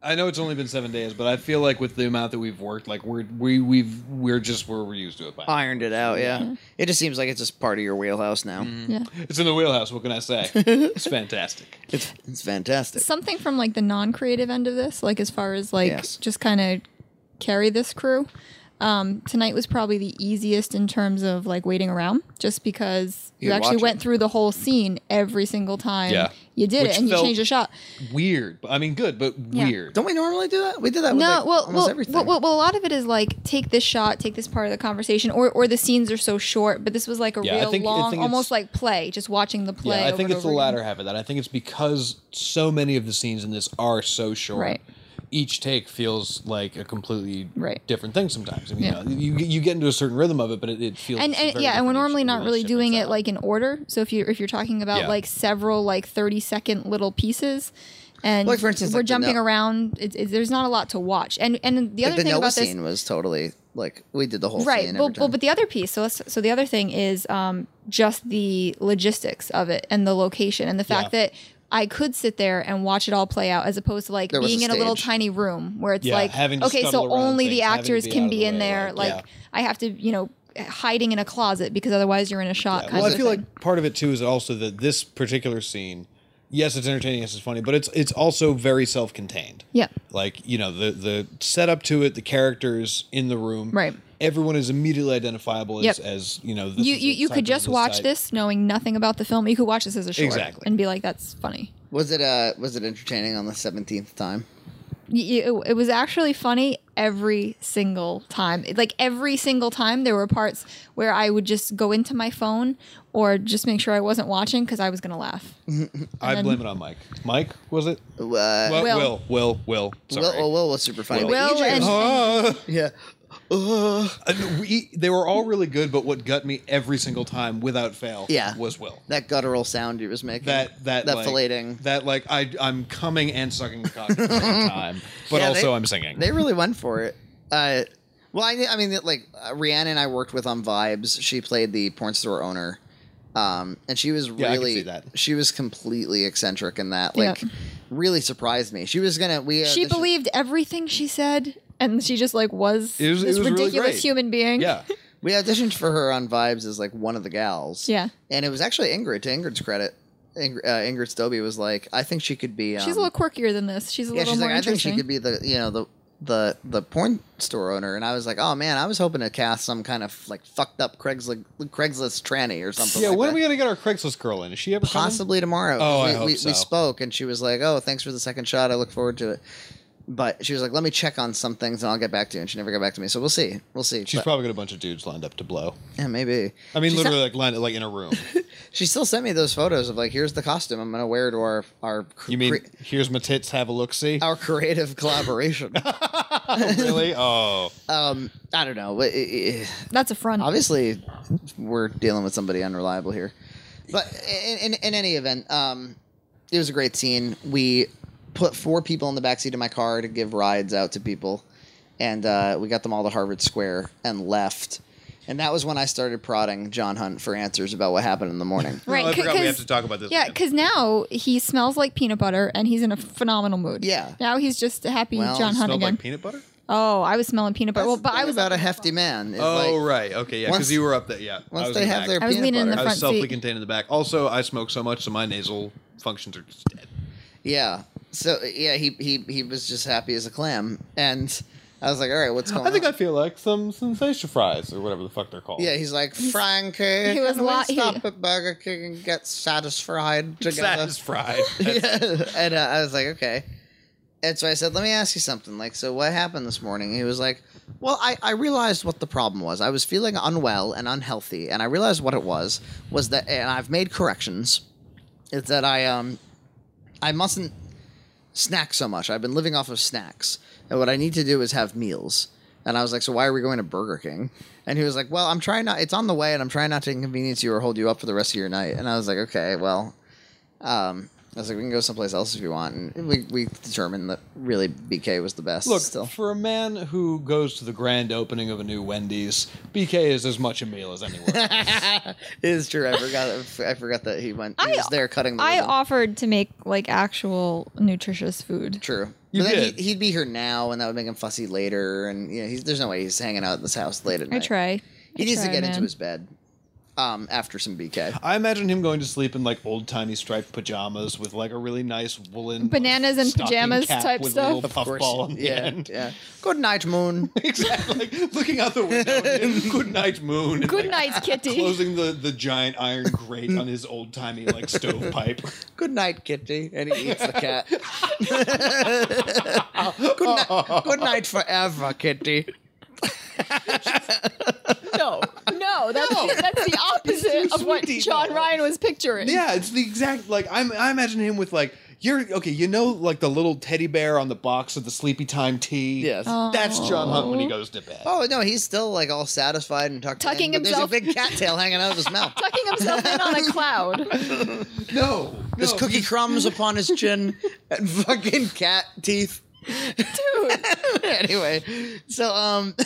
Speaker 3: I know it's only been seven days, but I feel like with the amount that we've worked, like we're we we've we're just where we're used to it. By. now.
Speaker 1: ironed it out. Yeah, it just seems like it's just part of your wheelhouse now.
Speaker 3: Mm-hmm.
Speaker 2: yeah.
Speaker 3: It's in the wheelhouse. What can
Speaker 1: [LAUGHS]
Speaker 3: I say? it's fantastic.
Speaker 1: It's it's fantastic.
Speaker 2: Something from like the non-creative end of this, like as far as like
Speaker 1: Yes.
Speaker 2: just kind of carry this crew. Um, tonight was probably the easiest in terms of like waiting around, just because you,
Speaker 1: could
Speaker 2: actually
Speaker 1: watch
Speaker 2: went
Speaker 1: it.
Speaker 2: through the whole scene every single time
Speaker 3: Yeah.
Speaker 2: you did
Speaker 3: Which
Speaker 2: it, and
Speaker 3: felt-
Speaker 2: you changed the shot.
Speaker 3: Weird. I mean, good, but weird.
Speaker 1: Don't we normally do that? We did that. with
Speaker 2: no,
Speaker 1: like
Speaker 2: well,
Speaker 1: almost
Speaker 2: well,
Speaker 1: everything.
Speaker 2: well, well, well, a lot of it is like take this shot, take this part of the conversation, or or the scenes are so short. But this was like a
Speaker 3: Yeah, I
Speaker 2: real
Speaker 3: think- I
Speaker 2: long,
Speaker 3: think
Speaker 2: almost
Speaker 3: it's-
Speaker 2: like play, just watching the play.
Speaker 3: yeah, I
Speaker 2: over
Speaker 3: think
Speaker 2: and
Speaker 3: it's
Speaker 2: over
Speaker 3: the
Speaker 2: again.
Speaker 3: latter half of that. I think it's because so many of the scenes in this are so short.
Speaker 2: Right.
Speaker 3: Each take feels like a completely
Speaker 2: Right.
Speaker 3: different thing sometimes. I mean,
Speaker 2: Yeah.
Speaker 3: you, know, you you get into a certain rhythm of it, but it, it feels
Speaker 2: And, and
Speaker 3: very
Speaker 2: yeah, and we're
Speaker 3: different each- uh,
Speaker 2: normally not
Speaker 3: each
Speaker 2: really
Speaker 3: different
Speaker 2: doing it
Speaker 3: time.
Speaker 2: like in order. So if you if you're talking about
Speaker 3: Yeah.
Speaker 2: like several like 30 second little pieces, and
Speaker 1: Like, for instance,
Speaker 2: we're
Speaker 1: like the
Speaker 2: jumping
Speaker 1: no-
Speaker 2: around. It's it's there's not a lot to watch. And and the other
Speaker 1: like the
Speaker 2: thing
Speaker 1: Noah
Speaker 2: about this,
Speaker 1: scene was totally like we did the whole
Speaker 2: right
Speaker 1: Scene
Speaker 2: well,
Speaker 1: every
Speaker 2: well
Speaker 1: time.
Speaker 2: but the other piece so let's, so the other thing is um just the logistics of it and the location and the fact
Speaker 3: Yeah.
Speaker 2: that I could sit there and watch it all play out as opposed to like
Speaker 1: There was a
Speaker 2: being in a little
Speaker 1: stage.
Speaker 2: tiny room where it's
Speaker 3: Yeah,
Speaker 2: like
Speaker 3: having to
Speaker 2: okay so
Speaker 3: scuttle around
Speaker 2: only the
Speaker 3: things, having to
Speaker 2: actors
Speaker 3: be out
Speaker 2: can
Speaker 3: of
Speaker 2: be
Speaker 3: the
Speaker 2: in
Speaker 3: way,
Speaker 2: there like,
Speaker 3: like,
Speaker 2: I have to you know hiding in a closet because otherwise you're in a shot kind
Speaker 3: well,
Speaker 2: of
Speaker 3: I feel
Speaker 2: thing.
Speaker 3: like part of it too is also that this particular scene, yes, it's entertaining, yes, it's funny, but it's it's also very self-contained.
Speaker 2: Yeah.
Speaker 3: Like you know the the setup to it, the characters in the room,
Speaker 2: Right.
Speaker 3: Everyone is immediately identifiable as,
Speaker 2: Yep.
Speaker 3: as you know. This
Speaker 2: you
Speaker 3: is
Speaker 2: you,
Speaker 3: the
Speaker 2: you
Speaker 3: type
Speaker 2: could
Speaker 3: of
Speaker 2: just
Speaker 3: this
Speaker 2: watch
Speaker 3: type.
Speaker 2: this knowing nothing about the film you could watch this as a short
Speaker 3: Exactly.
Speaker 2: and be like that's funny
Speaker 1: was it uh was it entertaining on the seventeenth time?
Speaker 2: Y- y- it, it was actually funny every single time. It- Like every single time, there were parts where I would just go into my phone or just make sure I wasn't watching because I was gonna laugh.
Speaker 3: I blame it on Mike. Mike was it?
Speaker 1: Uh,
Speaker 3: Well,
Speaker 2: Will.
Speaker 3: Will, Will, Will. Sorry.
Speaker 1: Will, oh, Will was super funny. but
Speaker 2: Will
Speaker 1: EJ
Speaker 2: and-
Speaker 1: was- [LAUGHS]
Speaker 3: Ah.
Speaker 1: yeah,
Speaker 3: And we, they were all really good, but what gut me every single time, without fail,
Speaker 1: Yeah.
Speaker 3: was Will.
Speaker 1: that guttural sound he was making.
Speaker 3: that that
Speaker 1: that
Speaker 3: like,
Speaker 1: filleting.
Speaker 3: that like I I'm coming and sucking the cock at the
Speaker 1: [LAUGHS]
Speaker 3: same time, but
Speaker 1: Yeah,
Speaker 3: also
Speaker 1: they-
Speaker 3: I'm singing.
Speaker 1: They really went for it. Uh, well, I, I mean, like uh, Rhiannon, I worked with on Vibes. She played the porn store owner, um, and she was
Speaker 3: Yeah, I could
Speaker 1: really
Speaker 3: see that.
Speaker 1: she was completely eccentric in that.
Speaker 2: Yeah.
Speaker 1: Like, really surprised me. She was gonna we
Speaker 2: she
Speaker 1: auditioned-
Speaker 2: believed everything she said, and she just like was,
Speaker 3: It was- it
Speaker 2: this
Speaker 3: was really
Speaker 2: ridiculous
Speaker 3: great.
Speaker 2: human being.
Speaker 3: [LAUGHS] yeah,
Speaker 1: we auditioned for her on Vibes as like one of the gals.
Speaker 2: Yeah.
Speaker 1: and it was actually Ingrid. To Ingrid's credit, Ingr- uh, Ingrid Stobie was like, I think she could be. Um,
Speaker 2: she's a little quirkier than this. She's a
Speaker 1: yeah,
Speaker 2: little
Speaker 1: she's
Speaker 2: more
Speaker 1: like, I think
Speaker 2: interesting.
Speaker 1: she could be the you know the the the porn store owner, and I was like, oh man, I was hoping to cast some kind of like fucked up Craigslist Craigslist tranny or [LAUGHS] something.
Speaker 3: yeah.
Speaker 1: like
Speaker 3: when
Speaker 1: that.
Speaker 3: are we gonna get our Craigslist girl in? Is she ever coming?
Speaker 1: possibly tomorrow?
Speaker 3: Oh,
Speaker 1: we,
Speaker 3: I hope
Speaker 1: we, we
Speaker 3: so.
Speaker 1: spoke, and she was like, oh, thanks for the second shot. I look forward to it. But she was like, let me check on some things, and I'll get back to you. And she never got back to me, so we'll see. We'll see.
Speaker 3: She's
Speaker 1: But-
Speaker 3: probably got a bunch of dudes lined up to blow.
Speaker 1: yeah, maybe.
Speaker 3: I mean,
Speaker 1: She's
Speaker 3: literally like lined like in
Speaker 1: [LAUGHS]
Speaker 3: a room.
Speaker 1: She still sent me those photos of like, here's the costume I'm gonna wear to our our cr-
Speaker 3: You mean
Speaker 1: cre-
Speaker 3: here's my tits, have a look, see?
Speaker 1: our creative
Speaker 3: [LAUGHS]
Speaker 1: collaboration.
Speaker 3: really? Oh,
Speaker 1: um, I don't know. It- it- it-
Speaker 2: That's a front.
Speaker 1: obviously we're dealing with somebody unreliable here but in, in, in any event um, it was a great scene we put four people in the backseat of my car to give rides out to people and uh, we got them all to harvard square and left and that was when i started prodding john hunt for answers about what happened in the morning
Speaker 2: [LAUGHS] Right,
Speaker 3: Oh, I forgot we have
Speaker 2: 'cause-
Speaker 3: to talk about this
Speaker 2: Yeah,
Speaker 3: again.
Speaker 2: because now he smells like peanut butter and he's in a phenomenal mood.
Speaker 1: Yeah.
Speaker 2: Now he's just a happy
Speaker 1: Well,
Speaker 2: John
Speaker 1: he
Speaker 2: Hunt
Speaker 3: smelled
Speaker 2: again.
Speaker 3: like peanut butter.
Speaker 2: oh, I was smelling peanut butter. Well, but I was
Speaker 1: about a hefty man It's
Speaker 3: Oh
Speaker 1: like-
Speaker 3: right, okay, yeah,
Speaker 1: Once-
Speaker 3: because you were up there, yeah. I
Speaker 1: once
Speaker 3: was
Speaker 1: they
Speaker 3: in the
Speaker 1: have
Speaker 3: back.
Speaker 1: their
Speaker 2: I was
Speaker 1: peanut
Speaker 2: leaning in
Speaker 1: butter
Speaker 2: the
Speaker 3: I
Speaker 2: front
Speaker 3: was selfie
Speaker 2: seat.
Speaker 3: contained in the back. Also, I smoke so much, so my nasal functions are just dead.
Speaker 1: yeah so yeah he, he he was just happy as a clam and i was like all right what's going
Speaker 3: I think
Speaker 1: on
Speaker 3: I feel like some sensation fries or whatever the fuck they're called.
Speaker 1: Yeah, he's like Frankie.
Speaker 2: he was
Speaker 1: can we
Speaker 2: li- he-
Speaker 1: stop at Burger King and [LAUGHS] get satisfied together.
Speaker 3: satisfied.
Speaker 1: and uh, I was like, okay. And so I said, let me ask you something. Like, so what happened this morning? He was like, well, I, I realized what the problem was. I was feeling unwell and unhealthy. And I realized what it was, was that, and I've made corrections. It's that I, um, I mustn't snack so much. I've been living off of snacks. And what I need to do is have meals. And I was like, so why are we going to Burger King? And he was like, well, I'm trying not, it's on the way and I'm trying not to inconvenience you or hold you up for the rest of your night. And I was like, okay, well, um, I was like, we can go someplace else if you want. And we, we determined that really BK was the best
Speaker 3: Look,
Speaker 1: still.
Speaker 3: for a man who goes to the grand opening of a new Wendy's, BK is as much a meal
Speaker 1: [LAUGHS]
Speaker 3: as anyone.
Speaker 1: it is true. I forgot. I forgot that he went. He
Speaker 2: I-
Speaker 1: was there cutting the.
Speaker 2: I
Speaker 1: ribbon.
Speaker 2: offered to make like actual nutritious food.
Speaker 1: True.
Speaker 3: You
Speaker 1: but then
Speaker 3: did.
Speaker 1: he, he'd be here now, and that would make him fussy later. And you know, he's, there's no way he's hanging out at this house late at night.
Speaker 2: I try.
Speaker 1: He
Speaker 2: I
Speaker 1: needs to
Speaker 2: try,
Speaker 1: get
Speaker 2: man.
Speaker 1: into his bed um, after some BK.
Speaker 3: I imagine him going to sleep in like old timey striped pajamas with like a really nice woolen like,
Speaker 2: Bananas and
Speaker 3: stocking
Speaker 2: pajamas
Speaker 3: cap
Speaker 2: type
Speaker 3: with A
Speaker 2: stuff?
Speaker 3: little
Speaker 2: Of
Speaker 3: puff ball on the
Speaker 1: yeah,
Speaker 3: end. [LAUGHS]
Speaker 1: yeah. Good night, Moon.
Speaker 3: exactly. Like, looking out the window.
Speaker 1: [LAUGHS]
Speaker 3: and Good night, moon.
Speaker 2: [LAUGHS]
Speaker 3: and,
Speaker 2: Good
Speaker 3: like,
Speaker 2: night, Kitty.
Speaker 3: [LAUGHS] Closing the, the giant iron grate on his old timey like stovepipe.
Speaker 1: Good night, Kitty. And he eats the cat. good, night, good night forever, Kitty.
Speaker 2: No, no, that's that's [LAUGHS] the opposite of what
Speaker 3: sweetie,
Speaker 2: John
Speaker 3: no.
Speaker 2: Ryan was picturing.
Speaker 3: [LAUGHS] Yeah, it's the exact like I'm. I imagine him with like you're okay. You know, like the little teddy bear on the box of the sleepy time tea.
Speaker 1: Yes.
Speaker 2: Oh.
Speaker 3: that's John Hunt when he goes to bed.
Speaker 1: Oh no, he's still like all satisfied and tucked
Speaker 2: Tucking
Speaker 1: in, but
Speaker 2: himself-
Speaker 1: There's a big cat tail hanging out of his mouth.
Speaker 2: tucking himself in on a
Speaker 1: [LAUGHS]
Speaker 2: cloud.
Speaker 3: No,
Speaker 1: There's
Speaker 3: no,
Speaker 1: cookie crumbs upon his
Speaker 3: [LAUGHS]
Speaker 1: chin and fucking cat teeth.
Speaker 2: Dude,
Speaker 1: [LAUGHS] anyway, so um, [LAUGHS]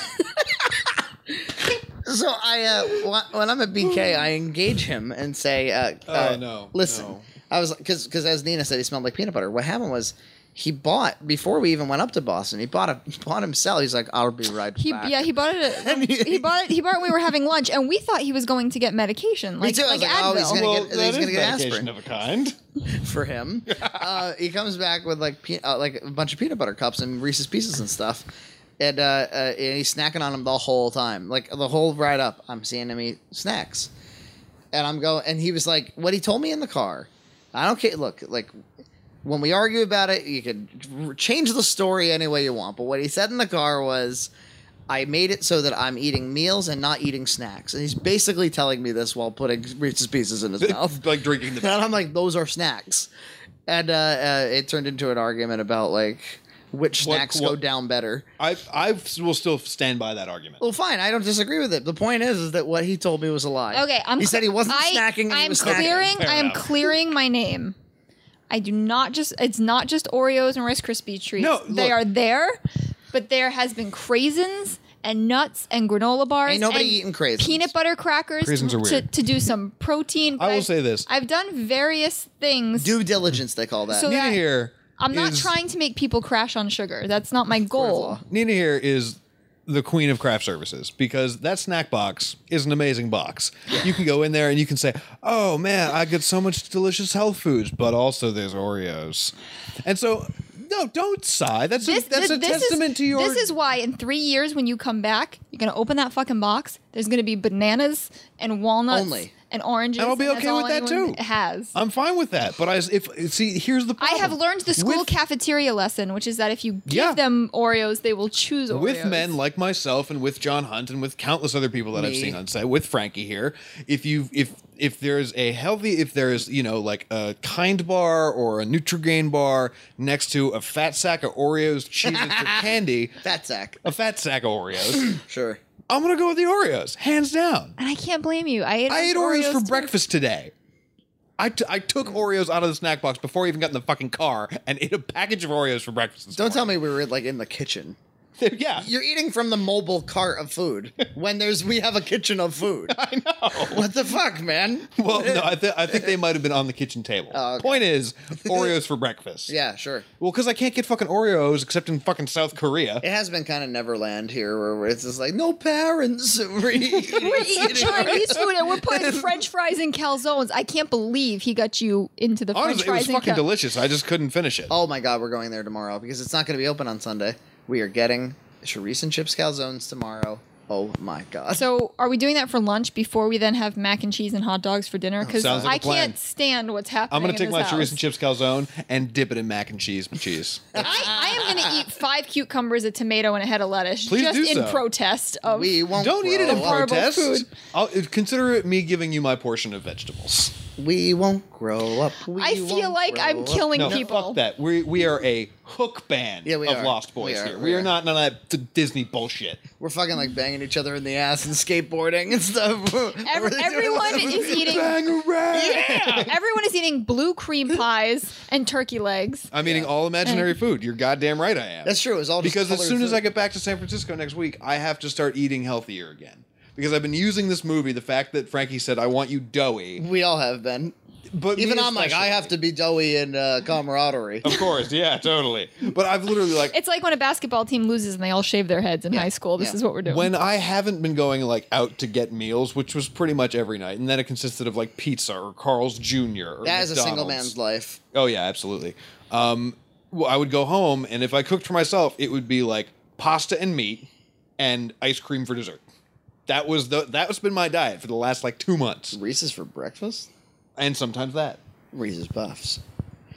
Speaker 1: so I uh, wh- when I'm at BK, I engage him and say, uh,
Speaker 3: Oh,
Speaker 1: uh,
Speaker 3: no,
Speaker 1: listen,
Speaker 3: no.
Speaker 1: I was because because as Nina said, he smelled like peanut butter. What happened was. He bought before we even went up to Boston. He bought a he bought himself. He's like, I'll be right
Speaker 2: he
Speaker 1: back.
Speaker 2: yeah he bought
Speaker 1: [LAUGHS]
Speaker 2: it. At, he bought it. He bought it. when We were having lunch, and we thought he was going to get medication, like
Speaker 1: too. I was
Speaker 2: like,
Speaker 1: like, oh,
Speaker 2: Advil.
Speaker 1: he's gonna
Speaker 3: Well,
Speaker 1: get- he's
Speaker 3: that is
Speaker 1: gonna get aspirin.
Speaker 3: medication of a
Speaker 1: [LAUGHS]
Speaker 3: kind.
Speaker 1: for him. uh, he comes back with like pe- uh, like a bunch of peanut butter cups and Reese's pieces and stuff, and, uh, uh, and he's snacking on them the whole time, like the whole ride up. I'm seeing him eat snacks, and I'm going. And he was like, "What he told me in the car, I don't care. Look, like." When we argue about it, you could r- change the story any way you want. But what he said in the car was, I made it so that I'm eating meals and not eating snacks. And he's basically telling me this while putting Reese's Pieces
Speaker 3: [LAUGHS]
Speaker 1: in his mouth.
Speaker 3: like drinking the.
Speaker 1: [LAUGHS] And I'm like, those are snacks. And uh, uh, it turned into an argument about like which
Speaker 3: What-
Speaker 1: snacks go
Speaker 3: what-
Speaker 1: down better.
Speaker 3: I I will still stand by that argument.
Speaker 1: Well, fine, I don't disagree with it. The point is, is that what he told me was a lie.
Speaker 2: Okay, I'm.
Speaker 1: He said he wasn't
Speaker 2: I-
Speaker 1: snacking. and he
Speaker 2: I'm
Speaker 1: was snacking.
Speaker 2: clearing.
Speaker 3: Fair
Speaker 2: I am
Speaker 3: enough.
Speaker 2: clearing my name. I do not just. It's not just Oreos and Rice Krispie treats.
Speaker 3: No,
Speaker 2: they
Speaker 3: look.
Speaker 2: are there, but there has been craisins and nuts and granola bars.
Speaker 1: Ain't nobody
Speaker 2: and
Speaker 1: eating craisins.
Speaker 2: Peanut butter crackers.
Speaker 3: Craisins
Speaker 2: to,
Speaker 3: are
Speaker 2: To,
Speaker 3: weird.
Speaker 2: to do some protein.
Speaker 3: I will
Speaker 2: I've-
Speaker 3: say this.
Speaker 2: I've done various things.
Speaker 1: Due diligence, they call that.
Speaker 2: So-
Speaker 3: Nina
Speaker 2: that-
Speaker 3: here.
Speaker 2: I'm not
Speaker 3: is-
Speaker 2: trying to make people crash on sugar. That's not my goal.
Speaker 3: Nina here is the queen of craft services because that snack box is an amazing box. You can go in there and you can say, "Oh man, I get so much delicious health foods, but also there's Oreos." And so, no, don't sigh. That's a, that's a testament
Speaker 2: is,
Speaker 3: to your.
Speaker 2: This is why in three years when you come back, you're gonna open that fucking box. There's gonna be bananas and walnuts
Speaker 1: Only.
Speaker 2: and oranges.
Speaker 3: And I'll be
Speaker 2: that's
Speaker 3: okay
Speaker 2: all
Speaker 3: with that,
Speaker 2: anyone
Speaker 3: too. Uh,
Speaker 2: Has
Speaker 3: I'm fine with that, but I if see here's the
Speaker 2: I
Speaker 3: problem.
Speaker 2: have learned the school
Speaker 3: With-
Speaker 2: cafeteria lesson, which is that if you give
Speaker 3: Yeah.
Speaker 2: them Oreos, they will choose Oreos.
Speaker 3: with men like myself and with John Hunt and with countless other people that I've
Speaker 1: Me.
Speaker 3: seen on set with Frankie here if you if if there's a healthy if there's you know like a kind bar or a Nutrigrain bar next to a fat sack of Oreos cheese and candy
Speaker 1: [LAUGHS] Fat sack.
Speaker 3: a fat sack of Oreos
Speaker 1: Sure.
Speaker 3: I'm going to go with the Oreos hands down
Speaker 2: and I can't blame you. I ate,
Speaker 3: I ate Oreos, for
Speaker 2: too. [LAUGHS]
Speaker 3: breakfast today I, t- I took Oreos out of the snack box before I even got in the fucking car and ate a package of Oreos for breakfast. this
Speaker 1: Don't tell
Speaker 3: morning.
Speaker 1: me we were like in the kitchen.
Speaker 3: [LAUGHS] yeah.
Speaker 1: You're eating from the mobile cart of food when there's we have a kitchen of food. I know. What the fuck, man?
Speaker 3: [LAUGHS] Well, no, I, th- I think they might have been on the kitchen table.
Speaker 1: Oh, okay. [LAUGHS]
Speaker 3: Point is, Oreos for breakfast.
Speaker 1: Yeah, sure.
Speaker 3: Well, because I can't get fucking Oreos except in fucking South Korea.
Speaker 1: It has been kind of Neverland here, where it's just like no parents. [LAUGHS] We're eating-
Speaker 2: We're
Speaker 3: [LAUGHS]
Speaker 2: eating Chinese food and we're putting French fries in calzones. I can't believe he got you into the
Speaker 3: Honestly, it was
Speaker 2: French fries and
Speaker 3: fucking
Speaker 2: cal-
Speaker 3: delicious. I just couldn't finish it.
Speaker 1: Oh my god, we're going there tomorrow because it's not going to be open on Sunday. We are getting chorizo and chips calzones tomorrow. Oh my god.
Speaker 2: So, are we doing that for lunch before we then have mac and cheese and hot dogs for dinner? Because
Speaker 3: Oh, Sounds like
Speaker 2: I
Speaker 3: a plan.
Speaker 2: can't stand what's happening.
Speaker 3: I'm gonna
Speaker 2: in
Speaker 3: take
Speaker 2: this
Speaker 3: my
Speaker 2: house.
Speaker 3: chorizo and chips calzone and dip it in mac and cheese with
Speaker 1: [LAUGHS]
Speaker 3: cheese.
Speaker 2: I, I am going to eat five cucumbers, a tomato, and a head of lettuce
Speaker 3: Please
Speaker 2: just
Speaker 3: do
Speaker 2: in
Speaker 3: so.
Speaker 2: protest of.
Speaker 1: we won't
Speaker 3: Don't eat it
Speaker 1: grow
Speaker 3: in
Speaker 1: up.
Speaker 2: Horrible
Speaker 3: protest.
Speaker 2: food.
Speaker 3: I'll, uh, consider it me giving you my portion of vegetables.
Speaker 1: We won't grow up. We
Speaker 2: I feel
Speaker 1: won't
Speaker 2: like
Speaker 1: grow
Speaker 2: I'm
Speaker 1: up.
Speaker 2: killing
Speaker 3: No,
Speaker 2: people.
Speaker 3: fuck that. We we are a hook band
Speaker 1: Yeah, we
Speaker 3: of
Speaker 1: are.
Speaker 3: Lost Boys
Speaker 1: We are,
Speaker 3: here.
Speaker 1: we
Speaker 3: We are,
Speaker 1: are.
Speaker 3: not none of that d-
Speaker 1: [LAUGHS]
Speaker 3: Disney bullshit.
Speaker 1: We're fucking like banging each other in the ass and skateboarding and stuff. [LAUGHS] We're
Speaker 2: Every-
Speaker 1: doing [LAUGHS]
Speaker 2: everyone
Speaker 1: that.
Speaker 2: is eating. Everyone is eating blue cream pies and turkey legs.
Speaker 3: [LAUGHS] I'm eating all imaginary food. You're goddamn right, I am.
Speaker 1: That's true. It's all just
Speaker 3: because as
Speaker 1: colored
Speaker 3: soon as
Speaker 1: food.
Speaker 3: I get back to San Francisco next week, I have to start eating healthier again. Because I've been using this movie, the fact that Frankie said, "I want you doughy,"
Speaker 1: we all have been.
Speaker 3: but
Speaker 1: Even
Speaker 3: me
Speaker 1: I'm like, I
Speaker 3: especially.
Speaker 1: have to be doughy and uh, camaraderie.
Speaker 3: Of course, yeah, totally. But I've literally like
Speaker 2: It's like when a basketball team loses and they all shave their heads in high school. This
Speaker 1: yeah.
Speaker 2: is what we're doing.
Speaker 3: when I haven't been going like out to get meals, which was pretty much every night, and then it consisted of like pizza or Carl's Jr. or
Speaker 1: That is a single
Speaker 3: McDonald's.
Speaker 1: man's life.
Speaker 3: Oh yeah, absolutely. Um, well, I would go home, and if I cooked for myself, it would be like pasta and meat and ice cream for dessert. That was the that was been my diet for the last like two months,
Speaker 1: Reese's for breakfast.
Speaker 3: and sometimes that
Speaker 1: Reese's Puffs.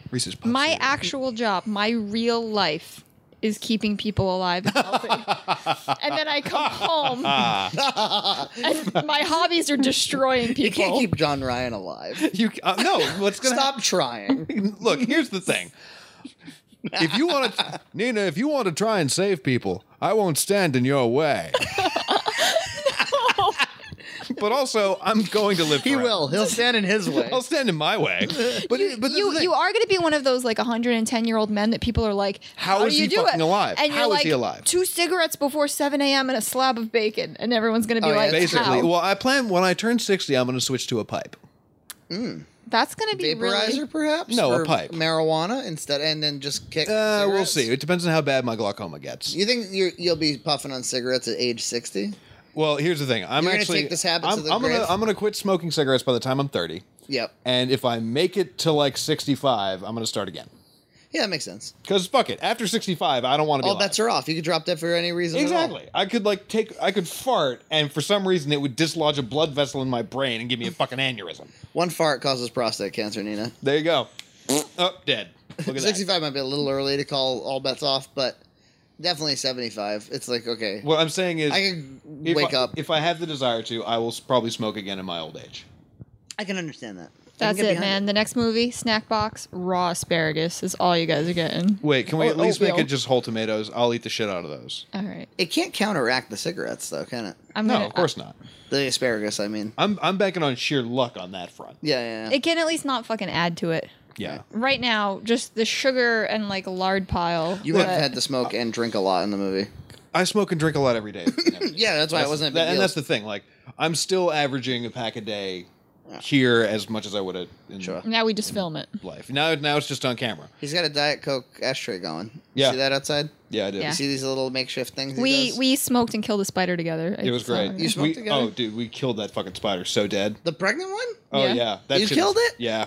Speaker 3: Reese's Puffs.
Speaker 2: my actual job, my real life, is keeping people alive and
Speaker 3: [LAUGHS]
Speaker 2: healthy. and then I come home and my hobbies are destroying
Speaker 1: You can't
Speaker 2: people.
Speaker 1: keep John Ryan alive.
Speaker 3: you uh, no, what's [LAUGHS] gonna
Speaker 1: Stop trying.
Speaker 3: happen- Look, here's the thing. If you want to, Nina, if you want to try and save people, I won't stand in
Speaker 2: [LAUGHS]
Speaker 3: your way. But also, I'm going to live.
Speaker 1: He
Speaker 3: forever.
Speaker 1: will.
Speaker 3: [LAUGHS]
Speaker 1: He'll stand in his way.
Speaker 3: I'll stand in my
Speaker 2: [LAUGHS]
Speaker 3: way. But it- but this is the
Speaker 2: you
Speaker 3: thing.
Speaker 2: you are going to be one of those like 110 year old men that people are like,
Speaker 3: How
Speaker 2: how,
Speaker 3: is
Speaker 2: do you
Speaker 3: he
Speaker 2: do
Speaker 3: fucking
Speaker 2: it?
Speaker 3: alive?
Speaker 2: And you're
Speaker 3: How is
Speaker 2: like,
Speaker 3: he alive?
Speaker 2: Two cigarettes before 7 a.m. and a slab of bacon, and everyone's going to be
Speaker 1: Oh, yeah,
Speaker 2: like,
Speaker 3: Basically,
Speaker 2: how?
Speaker 3: well, I plan when I turn sixty, I'm going to switch to a pipe. Uh,
Speaker 2: that's going to be
Speaker 1: Vaporizer,
Speaker 2: really.
Speaker 1: perhaps?
Speaker 3: No, a
Speaker 1: for
Speaker 3: pipe.
Speaker 1: Marijuana instead, and then just kick.
Speaker 3: Uh, we'll
Speaker 1: cigarettes?
Speaker 3: see. It depends on how bad my glaucoma gets.
Speaker 1: You think you're, you'll be puffing on cigarettes at age 60?
Speaker 3: Well, here's the thing. I'm
Speaker 1: You're gonna
Speaker 3: actually
Speaker 1: take this habit
Speaker 3: I'm,
Speaker 1: to the
Speaker 3: I'm gonna
Speaker 1: grave?
Speaker 3: I'm gonna quit smoking cigarettes by the time I'm thirty,
Speaker 1: Yep.
Speaker 3: and if I make it to like sixty five, I'm gonna start again.
Speaker 1: Yeah, that makes sense.
Speaker 3: Because fuck it, after sixty five, I don't want to be.
Speaker 1: All
Speaker 3: alive.
Speaker 1: bets are off. You could drop dead for any reason. at all.
Speaker 3: Exactly. I could like take, I could fart, and for some reason it would dislodge a blood vessel in my brain and give me a fucking aneurysm.
Speaker 1: One fart causes prostate cancer, Nina.
Speaker 3: There you go. Up, dead. Look at that.
Speaker 1: 65 might be a little early to call all bets off, but definitely 75. It's like, okay.
Speaker 3: What I'm saying is,
Speaker 1: I can
Speaker 3: if
Speaker 1: wake
Speaker 3: I-
Speaker 1: up.
Speaker 3: If I have the desire to, I will s- probably smoke again in my old age.
Speaker 1: I can understand that. I can
Speaker 2: That's
Speaker 1: get
Speaker 2: it,
Speaker 1: behind
Speaker 2: man. The next movie, Snack Box, raw asparagus is all you guys are getting.
Speaker 3: Wait, can
Speaker 1: Oh,
Speaker 3: we
Speaker 2: Or
Speaker 3: at least make
Speaker 2: oatmeal.
Speaker 3: it just whole tomatoes? I'll eat the shit out of those.
Speaker 2: All right.
Speaker 1: It can't counteract the cigarettes, though, can it?
Speaker 2: I'm
Speaker 3: No,
Speaker 2: gonna,
Speaker 3: of course not.
Speaker 1: The asparagus, I mean.
Speaker 3: I'm I'm banking on sheer luck on that front.
Speaker 1: Yeah, yeah, yeah.
Speaker 2: It can at least not fucking add to it.
Speaker 3: Yeah.
Speaker 2: Right now, just the sugar and like lard pile.
Speaker 1: You
Speaker 2: but
Speaker 1: have had to smoke and drink a lot in the movie.
Speaker 3: I smoke and drink a lot every day.
Speaker 1: Yeah, [LAUGHS] that's why it wasn't a big
Speaker 3: and
Speaker 1: deal.
Speaker 3: that's the thing. Like I'm still averaging a pack a day here as much as I would have in
Speaker 1: Sure.
Speaker 2: now we just film it.
Speaker 3: life. Now now it's just on camera.
Speaker 1: He's got a Diet Coke ashtray going. You
Speaker 3: Yeah.
Speaker 1: See that outside?
Speaker 3: Yeah, I did.
Speaker 2: Yeah.
Speaker 1: You see these little makeshift things? he
Speaker 2: We
Speaker 1: does?
Speaker 2: we smoked and killed a spider together.
Speaker 3: It was great.
Speaker 1: You smoked
Speaker 3: We-
Speaker 1: together?
Speaker 3: Oh, dude, we killed that fucking spider so dead.
Speaker 1: The pregnant one?
Speaker 3: Oh yeah,
Speaker 2: Yeah.
Speaker 3: that
Speaker 1: You
Speaker 3: shit-
Speaker 1: killed it?
Speaker 3: Yeah.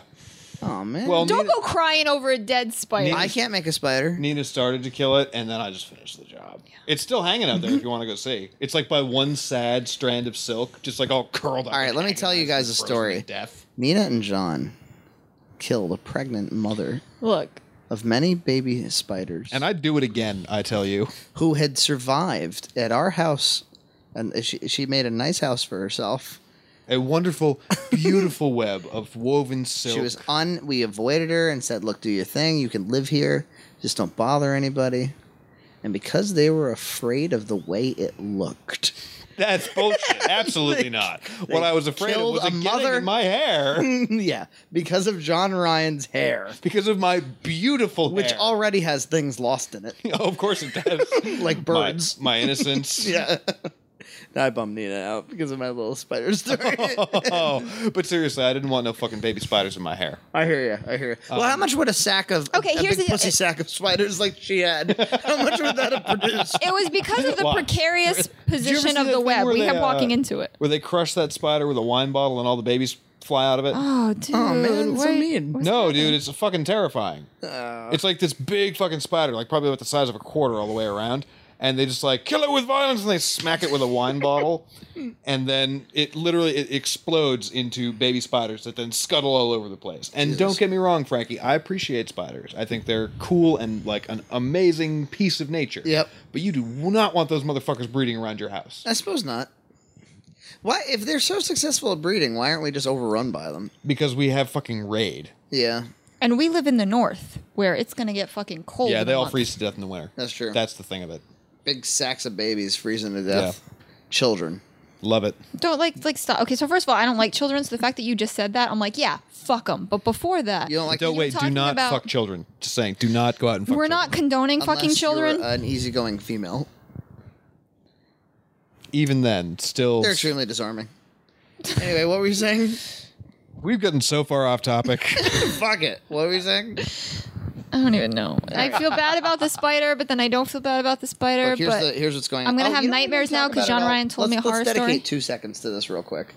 Speaker 1: Oh, man.
Speaker 3: Well,
Speaker 2: Don't
Speaker 3: Nina,
Speaker 2: go crying over a dead spider.
Speaker 1: I can't make a spider.
Speaker 3: Nina started to kill it, and then I just finished the job. It's still hanging out
Speaker 1: [LAUGHS]
Speaker 3: there if you want to go see. It's like by one sad strand of silk, just like all curled up.
Speaker 1: All right,
Speaker 3: and
Speaker 1: let me tell you
Speaker 3: agonized
Speaker 1: guys a
Speaker 3: and frozen
Speaker 1: story.
Speaker 3: to Death.
Speaker 1: Nina and John killed a pregnant mother
Speaker 2: Look,
Speaker 1: of many baby spiders
Speaker 3: And I'd do it again, I tell you.
Speaker 1: who had survived at our house. And she, she made a nice house for herself. [LAUGHS]
Speaker 3: A wonderful, beautiful web of woven silk.
Speaker 1: She was on. We avoided her and said, "Look, do your thing. You can live here. Just don't bother anybody." And because they were afraid of the way it looked, [LAUGHS]
Speaker 3: That's bullshit. Absolutely not. What I was afraid of
Speaker 1: killed
Speaker 3: was
Speaker 1: a
Speaker 3: a mother
Speaker 1: mother.
Speaker 3: in
Speaker 1: [LAUGHS]
Speaker 3: my hair
Speaker 1: yeah, because of John Ryan's hair,
Speaker 3: because of my beautiful
Speaker 1: which
Speaker 3: hair.
Speaker 1: already has things lost in it,
Speaker 3: [LAUGHS]
Speaker 1: [LAUGHS]
Speaker 3: Oh, of course it does.
Speaker 1: like
Speaker 3: My-
Speaker 1: birds. [LAUGHS]
Speaker 3: My, innocence.
Speaker 1: Yeah. Now I bummed Nina out because of my little spider story.
Speaker 3: [LAUGHS] Oh, but seriously, I didn't want no fucking baby spiders in my hair.
Speaker 1: I hear you. I hear you. well, how much would a sack of
Speaker 2: Okay,
Speaker 1: a
Speaker 2: here's
Speaker 1: big
Speaker 2: the-
Speaker 1: pussy sack of spiders like she had? How much would that have produced?
Speaker 2: it was because
Speaker 3: [LAUGHS]
Speaker 2: of the
Speaker 3: Why?
Speaker 2: precarious
Speaker 3: you ever see
Speaker 2: position
Speaker 3: that
Speaker 2: of the
Speaker 3: thing
Speaker 2: web.
Speaker 3: where
Speaker 2: We
Speaker 3: they,
Speaker 2: kept walking
Speaker 3: uh,
Speaker 2: into it.
Speaker 3: Where they crush that spider with a wine bottle and all the babies fly out of it.
Speaker 2: Oh, dude.
Speaker 1: Oh, man, so
Speaker 2: wait.
Speaker 1: mean.
Speaker 2: What's
Speaker 3: no,
Speaker 2: happening?
Speaker 3: dude, it's fucking terrifying.
Speaker 1: Uh,
Speaker 3: It's like this big fucking spider, like probably about the size of a quarter all the way around. and they just like kill it with violence and they smack it with a wine bottle
Speaker 1: [LAUGHS]
Speaker 3: and then it literally it explodes into baby spiders that then scuttle all over the place and don't get me wrong frankie i appreciate spiders i think they're cool and like an amazing piece of nature
Speaker 1: Yep.
Speaker 3: but you do not want those motherfuckers breeding around your house
Speaker 1: I suppose not. Why, if they're so successful at breeding, why aren't we just overrun by them?
Speaker 3: because we have fucking raid
Speaker 1: Yeah,
Speaker 2: And we live in the north where it's going to get fucking cold.
Speaker 3: yeah
Speaker 2: in
Speaker 3: they
Speaker 2: a
Speaker 3: all
Speaker 2: month.
Speaker 3: freeze to death in the winter
Speaker 1: That's true.
Speaker 3: that's the thing of it
Speaker 1: big sacks of babies freezing to death. Children.
Speaker 3: love it
Speaker 2: Don't like like stop. Okay, so first of all, I don't like children. So the fact that you just said that, I'm like, yeah, fuck them. But before that,
Speaker 1: You don't like?
Speaker 3: don't
Speaker 2: were
Speaker 3: wait do
Speaker 2: talking
Speaker 3: not
Speaker 2: about-
Speaker 3: fuck children just saying do not go out and fuck
Speaker 2: we're not
Speaker 3: children.
Speaker 2: condoning fucking
Speaker 1: unless you're
Speaker 2: children.
Speaker 1: an easygoing female.
Speaker 3: even then still
Speaker 1: They're extremely disarming. Anyway, what were you saying?
Speaker 3: we've gotten so far off topic
Speaker 1: [LAUGHS] Fuck it. What were you saying?
Speaker 2: I don't even know. I feel bad about the spider, but then I don't feel bad about the spider.
Speaker 1: Look, here's,
Speaker 2: but
Speaker 1: the, here's what's going on. Oh,
Speaker 2: I'm gonna have
Speaker 1: you know what we
Speaker 2: nightmares
Speaker 1: didn't
Speaker 2: now
Speaker 1: talk
Speaker 2: 'cause
Speaker 1: about
Speaker 2: John
Speaker 1: at all?
Speaker 2: Ryan
Speaker 1: Let's-
Speaker 2: told me a horror
Speaker 1: Let's dedicate
Speaker 2: story.
Speaker 1: two seconds to this real quick,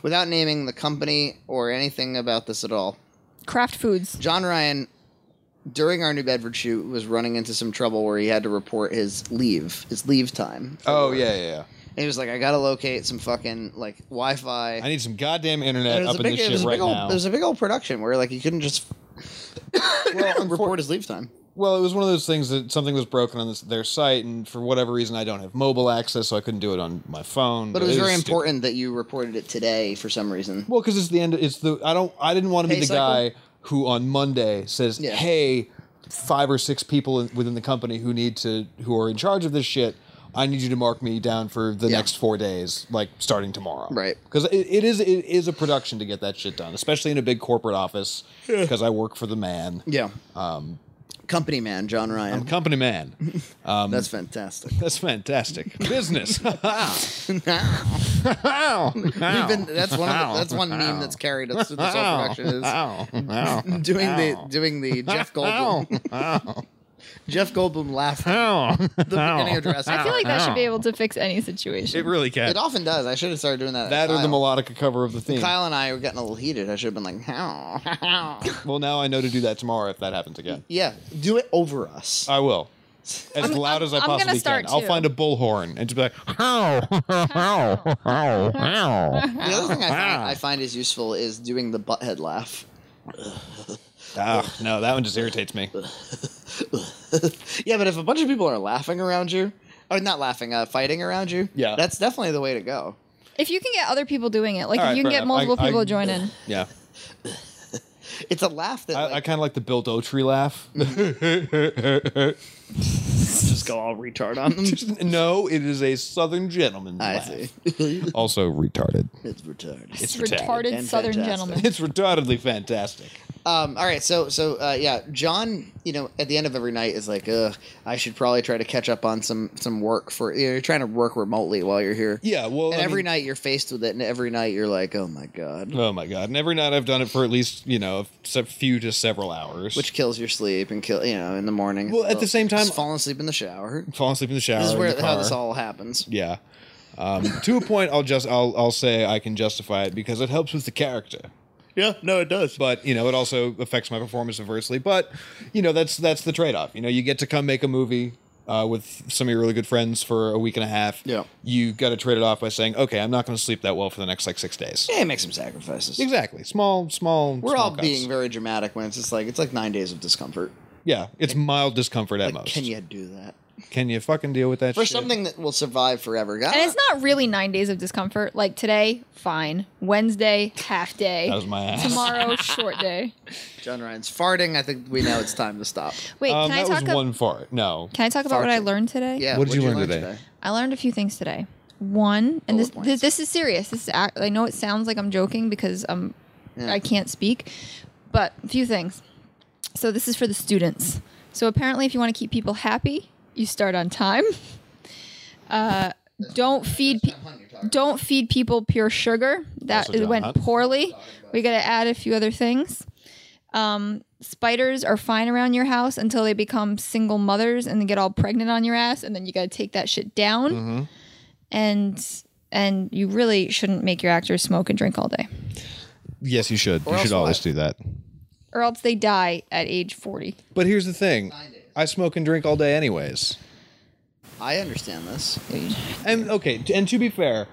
Speaker 1: without naming the company or anything about this at all.
Speaker 2: Kraft Foods.
Speaker 1: John Ryan, during our New Bedford shoot, was running into some trouble where he had to report his leave, his leave time.
Speaker 3: Oh yeah, yeah, yeah.
Speaker 1: And he was like, I gotta locate some fucking like Wi-Fi.
Speaker 3: I need some goddamn
Speaker 1: And
Speaker 3: internet
Speaker 1: it was
Speaker 3: up
Speaker 1: a
Speaker 3: in
Speaker 1: big,
Speaker 3: this
Speaker 1: it
Speaker 3: shit
Speaker 1: was a
Speaker 3: right
Speaker 1: big old,
Speaker 3: now.
Speaker 1: It was a big old production where like you couldn't just
Speaker 3: [LAUGHS]
Speaker 1: report his leave time.
Speaker 3: well, it was one of those things that something was broken on this, their site, and for whatever reason, I don't have mobile access, so I couldn't do it on my phone.
Speaker 1: But it was very
Speaker 3: stupid.
Speaker 1: important that you reported it today for some reason.
Speaker 3: Well, because it's the end. It's the I don't. I didn't want to be
Speaker 1: Pay
Speaker 3: the
Speaker 1: cycle?
Speaker 3: guy who on Monday says,
Speaker 1: Yeah.
Speaker 3: "Hey, five or six people in, within the company who need to who are in charge of this shit." I need you to mark me down for the
Speaker 1: Yeah.
Speaker 3: next four days, like starting tomorrow.
Speaker 1: Right.
Speaker 3: Because it, it is it is a production to get that shit done, especially in a big corporate office. Because I work for the man. [LAUGHS]
Speaker 1: Yeah. Um, company man, John Ryan.
Speaker 3: I'm company man. um,
Speaker 1: That's fantastic.
Speaker 3: That's fantastic.
Speaker 1: [LAUGHS]
Speaker 3: Business. [LAUGHS]
Speaker 1: We've been, that's one. Of the, that's one meme that's carried us through this whole production is [LAUGHS] doing the doing the Jeff Goldblum [LAUGHS] Jeff Goldblum laugh at the beginning of Jurassic.
Speaker 2: I feel like that should be able to fix any situation.
Speaker 3: Oh. It really can.
Speaker 1: it often does. I should have started doing that.
Speaker 3: That
Speaker 1: at
Speaker 3: or the
Speaker 1: Kyle.
Speaker 3: melodica cover of the theme.
Speaker 1: Kyle and I were getting a little heated. I should have been like, how? [LAUGHS]
Speaker 3: Well, now I know to do that tomorrow if that happens again.
Speaker 1: yeah, do it over us.
Speaker 3: I will. As loud as I
Speaker 2: I'm- I'm gonna
Speaker 3: possibly
Speaker 2: start
Speaker 3: can. I'll
Speaker 2: too.
Speaker 3: find a bullhorn and just be like, how, how, how, how.
Speaker 2: Uh-huh.
Speaker 1: the other thing I find, I find is useful is doing the butthead laugh.
Speaker 3: Ah, no, that one just irritates me.
Speaker 1: yeah, but if a bunch of people are laughing around you, or not laughing, uh, fighting around you,
Speaker 3: Yeah.
Speaker 1: that's definitely the way to go.
Speaker 2: If you can get other people doing it, like
Speaker 3: All
Speaker 2: if
Speaker 3: right,
Speaker 2: you can
Speaker 3: fair
Speaker 2: get
Speaker 3: enough. I-
Speaker 2: multiple people
Speaker 3: I-
Speaker 2: to join in.
Speaker 3: Yeah.
Speaker 1: It's a laugh that
Speaker 3: I, I
Speaker 1: like,
Speaker 3: kind of like the Bill Dotry
Speaker 1: [LAUGHS]
Speaker 3: laugh. [LAUGHS]
Speaker 1: just go all retard on them.
Speaker 3: no, it is a Southern gentleman
Speaker 1: I
Speaker 3: laugh.
Speaker 1: see.
Speaker 3: Also retarded.
Speaker 1: [LAUGHS] it's retarded.
Speaker 3: It's retarded.
Speaker 2: retarded
Speaker 1: And
Speaker 2: southern
Speaker 1: fantastic.
Speaker 2: gentlemen.
Speaker 3: [LAUGHS] It's retardedly fantastic.
Speaker 1: Um, all right, so so uh, yeah, John, you know, at the end of every night is like, ugh, I should probably try to catch up on some some work for you know, you're trying to work remotely while you're here.
Speaker 3: Yeah, well,
Speaker 1: and
Speaker 3: I
Speaker 1: every
Speaker 3: mean-
Speaker 1: night you're faced with it, and every night you're like, oh my god,
Speaker 3: Oh my god! And every night I've done it for at least you know a few to several hours.
Speaker 1: which kills your sleep and kill you know in the morning.
Speaker 3: Well, at the same time-
Speaker 1: just falling asleep in the shower.
Speaker 3: fall asleep in the shower.
Speaker 1: This is
Speaker 3: in
Speaker 1: where
Speaker 3: the
Speaker 1: how
Speaker 3: car.
Speaker 1: this all happens.
Speaker 3: Yeah. Um, to a point, I'll just I'll I'll say I can justify it because it helps with the character.
Speaker 1: Yeah, no, it does.
Speaker 3: But you know, it also affects my performance adversely. But you know, that's that's the trade off. You know, you get to come make a movie. Uh, with some of your really good friends for a week and a half,
Speaker 1: Yeah.
Speaker 3: you got to trade it off by saying, "Okay, I'm not going to sleep that well for the next like six days."
Speaker 1: Yeah, make some sacrifices.
Speaker 3: Exactly. Small, small.
Speaker 1: We're
Speaker 3: small
Speaker 1: all
Speaker 3: cuts.
Speaker 1: being very dramatic when it's just like it's like nine days of discomfort.
Speaker 3: yeah. It's mild discomfort at
Speaker 1: Like,
Speaker 3: most.
Speaker 1: can you do that
Speaker 3: Can you fucking deal with that
Speaker 1: for
Speaker 3: shit?
Speaker 1: something that will survive forever? God,
Speaker 2: And it's not really nine days of discomfort. Like today, fine. Wednesday, half day.
Speaker 3: That was my ass.
Speaker 2: Tomorrow, short
Speaker 3: [LAUGHS]
Speaker 2: day.
Speaker 1: John Ryan's farting. I think we know it's time to
Speaker 2: [LAUGHS]
Speaker 1: stop.
Speaker 2: Wait,
Speaker 3: Um,
Speaker 2: can I
Speaker 3: that
Speaker 2: talk?
Speaker 3: was
Speaker 2: ab-
Speaker 3: one fart. No.
Speaker 2: can I talk about what I
Speaker 1: Farting.
Speaker 2: learned today?
Speaker 1: Yeah.
Speaker 3: What did you
Speaker 1: what'd
Speaker 3: learn today?
Speaker 2: I learned a few things today. One, and this,
Speaker 1: Bullet
Speaker 2: this this is serious. This is ac- I know it sounds like I'm joking because um
Speaker 1: Yeah.
Speaker 2: I can't speak, but a few things. So this is for the students. So apparently, if you want to keep people happy, you start on time. Uh, don't feed pe- don't feed people pure sugar. That
Speaker 3: Also
Speaker 2: it
Speaker 3: done
Speaker 2: went
Speaker 3: that.
Speaker 2: poorly. We got to add a few other things. Um, spiders are fine around your house until they become single mothers and they get all pregnant on your ass, and then you got to take that shit down. And and you really shouldn't make your actors smoke and drink all day,
Speaker 3: Yes, you should.
Speaker 1: Or
Speaker 3: you should
Speaker 1: else
Speaker 3: always
Speaker 1: what?
Speaker 3: do that.
Speaker 2: or else they die at age forty.
Speaker 3: But here's the thing I smoke and drink all day, anyways.
Speaker 1: I understand this. It's
Speaker 3: And okay, t- and to be fair,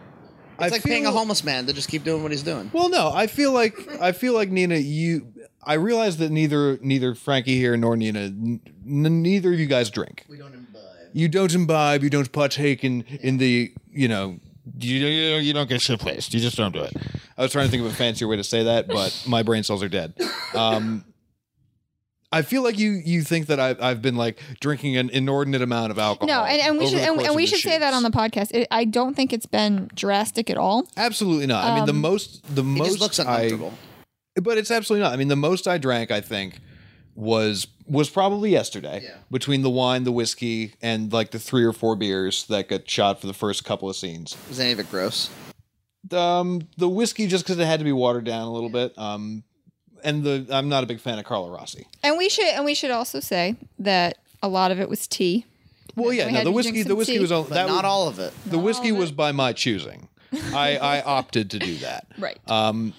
Speaker 3: I
Speaker 1: like
Speaker 3: feel-
Speaker 1: paying a homeless man to just keep doing what he's doing.
Speaker 3: Well, no, I feel like I feel like Nina. You, I realize that neither neither Frankie here nor Nina, n- n- neither of you guys drink.
Speaker 1: We don't imbibe.
Speaker 3: You don't imbibe. You don't partake in in the you know. You, you, don't- you don't get shit placed. You just don't do it. I was trying to think of a fancier way to say that, but my brain cells are dead. Um, I feel like you you think that I, I've been like drinking an inordinate amount of alcohol.
Speaker 2: No, and, and we
Speaker 3: over
Speaker 2: should
Speaker 3: the
Speaker 2: and,
Speaker 3: course
Speaker 2: and
Speaker 3: of
Speaker 2: we
Speaker 3: the
Speaker 2: should say that
Speaker 3: shoots.
Speaker 2: on the podcast. It, I don't think it's been drastic at all.
Speaker 3: Absolutely not. I mean, the
Speaker 2: Um,
Speaker 3: most the
Speaker 1: He
Speaker 3: most
Speaker 1: just looks uncomfortable.
Speaker 3: I, but it's absolutely not. I mean, the most I drank, I think, was was probably yesterday
Speaker 1: Yeah.
Speaker 3: between the wine, the whiskey, and like the three or four beers that got shot for the first couple of scenes.
Speaker 1: Is any of it gross?
Speaker 3: Um, the whiskey just because it had to be watered down a little bit. Um, and the I'm not a big fan of Carla Rossi.
Speaker 2: And we should and we should also say that a lot of it was tea.
Speaker 3: Well, yeah,
Speaker 2: we
Speaker 3: no,
Speaker 2: had
Speaker 3: the
Speaker 2: to drink
Speaker 3: whiskey,
Speaker 2: some
Speaker 3: the whiskey
Speaker 2: tea.
Speaker 3: was all
Speaker 1: But
Speaker 3: that
Speaker 1: not
Speaker 3: was-
Speaker 1: all of it.
Speaker 3: The whiskey
Speaker 2: of it.
Speaker 3: was by my choosing.
Speaker 2: [LAUGHS]
Speaker 3: I, I opted to do that.
Speaker 2: Right.
Speaker 3: Um,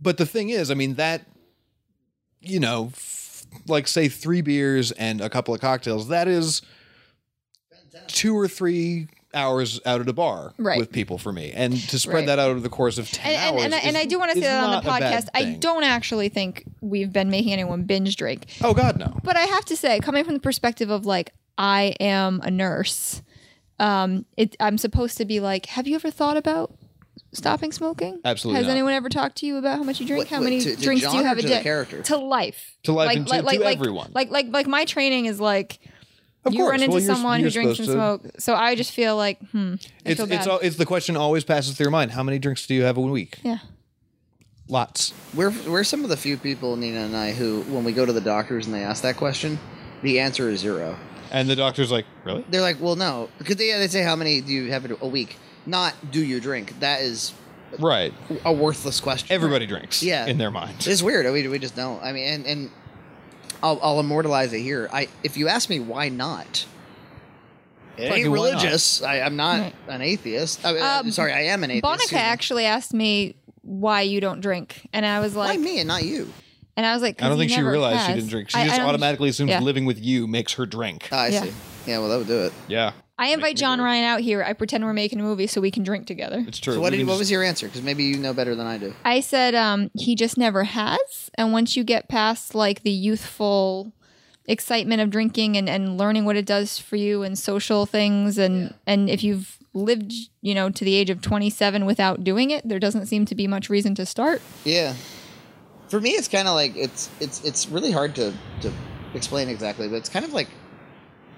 Speaker 3: but the thing is, I mean, that, you know, f- like say three beers and a couple of cocktails, that is two or three hours out at a bar
Speaker 2: Right.
Speaker 3: with people for me. And to spread
Speaker 2: Right.
Speaker 3: that out over the course of 10
Speaker 2: and, and,
Speaker 3: hours.
Speaker 2: and, I, and
Speaker 3: is-
Speaker 2: I do want to
Speaker 3: is
Speaker 2: say that on the
Speaker 3: not a bad
Speaker 2: podcast. I
Speaker 3: thing.
Speaker 2: don't actually think we've been making anyone binge drink.
Speaker 3: Oh, God, no.
Speaker 2: But I have to say, coming from the perspective of like, I am a nurse, um, it, I'm supposed to be like, have you ever thought about stopping smoking?
Speaker 3: Absolutely
Speaker 2: Has
Speaker 3: not.
Speaker 2: anyone ever talked to you about how much you drink?
Speaker 1: Wait,
Speaker 2: how
Speaker 1: wait,
Speaker 2: many
Speaker 1: to- to
Speaker 2: drinks do you
Speaker 1: John or
Speaker 2: have a
Speaker 1: to the
Speaker 2: day?
Speaker 1: character?
Speaker 2: To life.
Speaker 3: To life and to- to everyone.
Speaker 2: Like, like, like my training is like,
Speaker 3: Of
Speaker 2: you
Speaker 3: course.
Speaker 2: run into
Speaker 3: Well, you're-
Speaker 2: someone
Speaker 3: you're
Speaker 2: who drinks and
Speaker 3: supposed to-
Speaker 2: smoke. So I just feel like, hmm, I
Speaker 3: It's,
Speaker 2: feel bad.
Speaker 3: it's, all, it's the question always passes through your mind. How many drinks do you have a week?
Speaker 2: yeah.
Speaker 3: Lots.
Speaker 1: We're we're some of the few people, Nina and I, who when we go to the doctors and they ask that question, the answer is zero.
Speaker 3: And the doctor's like, really?
Speaker 1: They're like, well, no, because they they say how many do you have a week, not do you drink. That is
Speaker 3: Right.
Speaker 1: a worthless question.
Speaker 3: Everybody drinks
Speaker 1: Yeah.
Speaker 3: in their mind.
Speaker 1: It's weird. We, we just don't. I mean, and, and I'll, I'll immortalize it here. I if you ask me why not, it
Speaker 3: Fucking
Speaker 1: ain't
Speaker 3: why not?
Speaker 1: religious. I, I'm not
Speaker 2: Right.
Speaker 1: an atheist. I, mean,
Speaker 2: Uh,
Speaker 1: I'm sorry, I am an atheist.
Speaker 2: Bonica
Speaker 1: excuse me.
Speaker 2: actually asked me why you don't drink, and I was
Speaker 1: Why
Speaker 2: like,
Speaker 1: me and not you?
Speaker 2: and I was like,
Speaker 3: I don't
Speaker 2: 'cause
Speaker 3: think
Speaker 2: he
Speaker 3: she
Speaker 2: never
Speaker 3: realized she
Speaker 2: has.
Speaker 3: didn't drink. She
Speaker 2: I- I
Speaker 3: just
Speaker 2: don't-
Speaker 3: automatically assumes
Speaker 2: yeah.
Speaker 3: living with you makes her drink.
Speaker 1: Ah, I
Speaker 2: Yeah.
Speaker 1: see. Yeah, well, that would do it.
Speaker 3: yeah,
Speaker 2: I invite
Speaker 3: me
Speaker 2: John
Speaker 3: do it.
Speaker 2: Ryan out here. I pretend we're making a movie so we can drink together.
Speaker 3: it's true.
Speaker 1: So what
Speaker 3: We
Speaker 1: did,
Speaker 3: can
Speaker 1: what
Speaker 3: just-
Speaker 1: was your answer? Because maybe you know better than I do.
Speaker 2: I said um, he just never has, and once you get past like the youthful excitement of drinking and, and learning what it does for you and social things, and and if you've lived you know to the age of 27 without doing it, there doesn't seem to be much reason to start.
Speaker 1: Yeah. For me, it's kind of like it's it's it's really hard to to explain exactly, but it's kind of like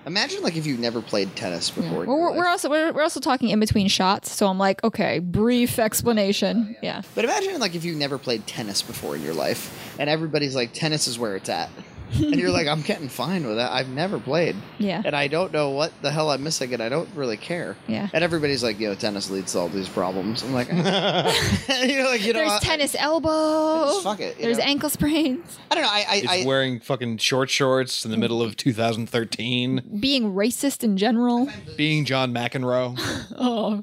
Speaker 1: imagine like if you never played tennis before. in
Speaker 2: Well,
Speaker 1: your
Speaker 2: we're,
Speaker 1: life.
Speaker 2: we're also we're, we're also talking in between shots, so I'm like, okay, brief explanation. Yeah.
Speaker 1: But imagine like if you never played tennis before in your life, and everybody's like, tennis is where it's
Speaker 2: [LAUGHS]
Speaker 1: at, and you're like, I'm getting fine with that. I've never played,
Speaker 2: Yeah.
Speaker 1: and I don't know what the hell I'm missing, and I don't really care.
Speaker 2: Yeah.
Speaker 1: And everybody's like, yo, tennis leads to all these problems. I'm
Speaker 2: [LAUGHS]
Speaker 1: like, [LAUGHS] you're like, you know,
Speaker 2: There's
Speaker 1: I,
Speaker 2: tennis elbow.
Speaker 1: Just fuck it, you
Speaker 2: There's
Speaker 1: know?
Speaker 2: ankle sprains.
Speaker 1: I don't know. I I,
Speaker 3: It's
Speaker 1: I Mm.
Speaker 3: wearing fucking short shorts in the middle of 2013,
Speaker 2: Being racist in general.
Speaker 3: being John McEnroe,
Speaker 2: Oh.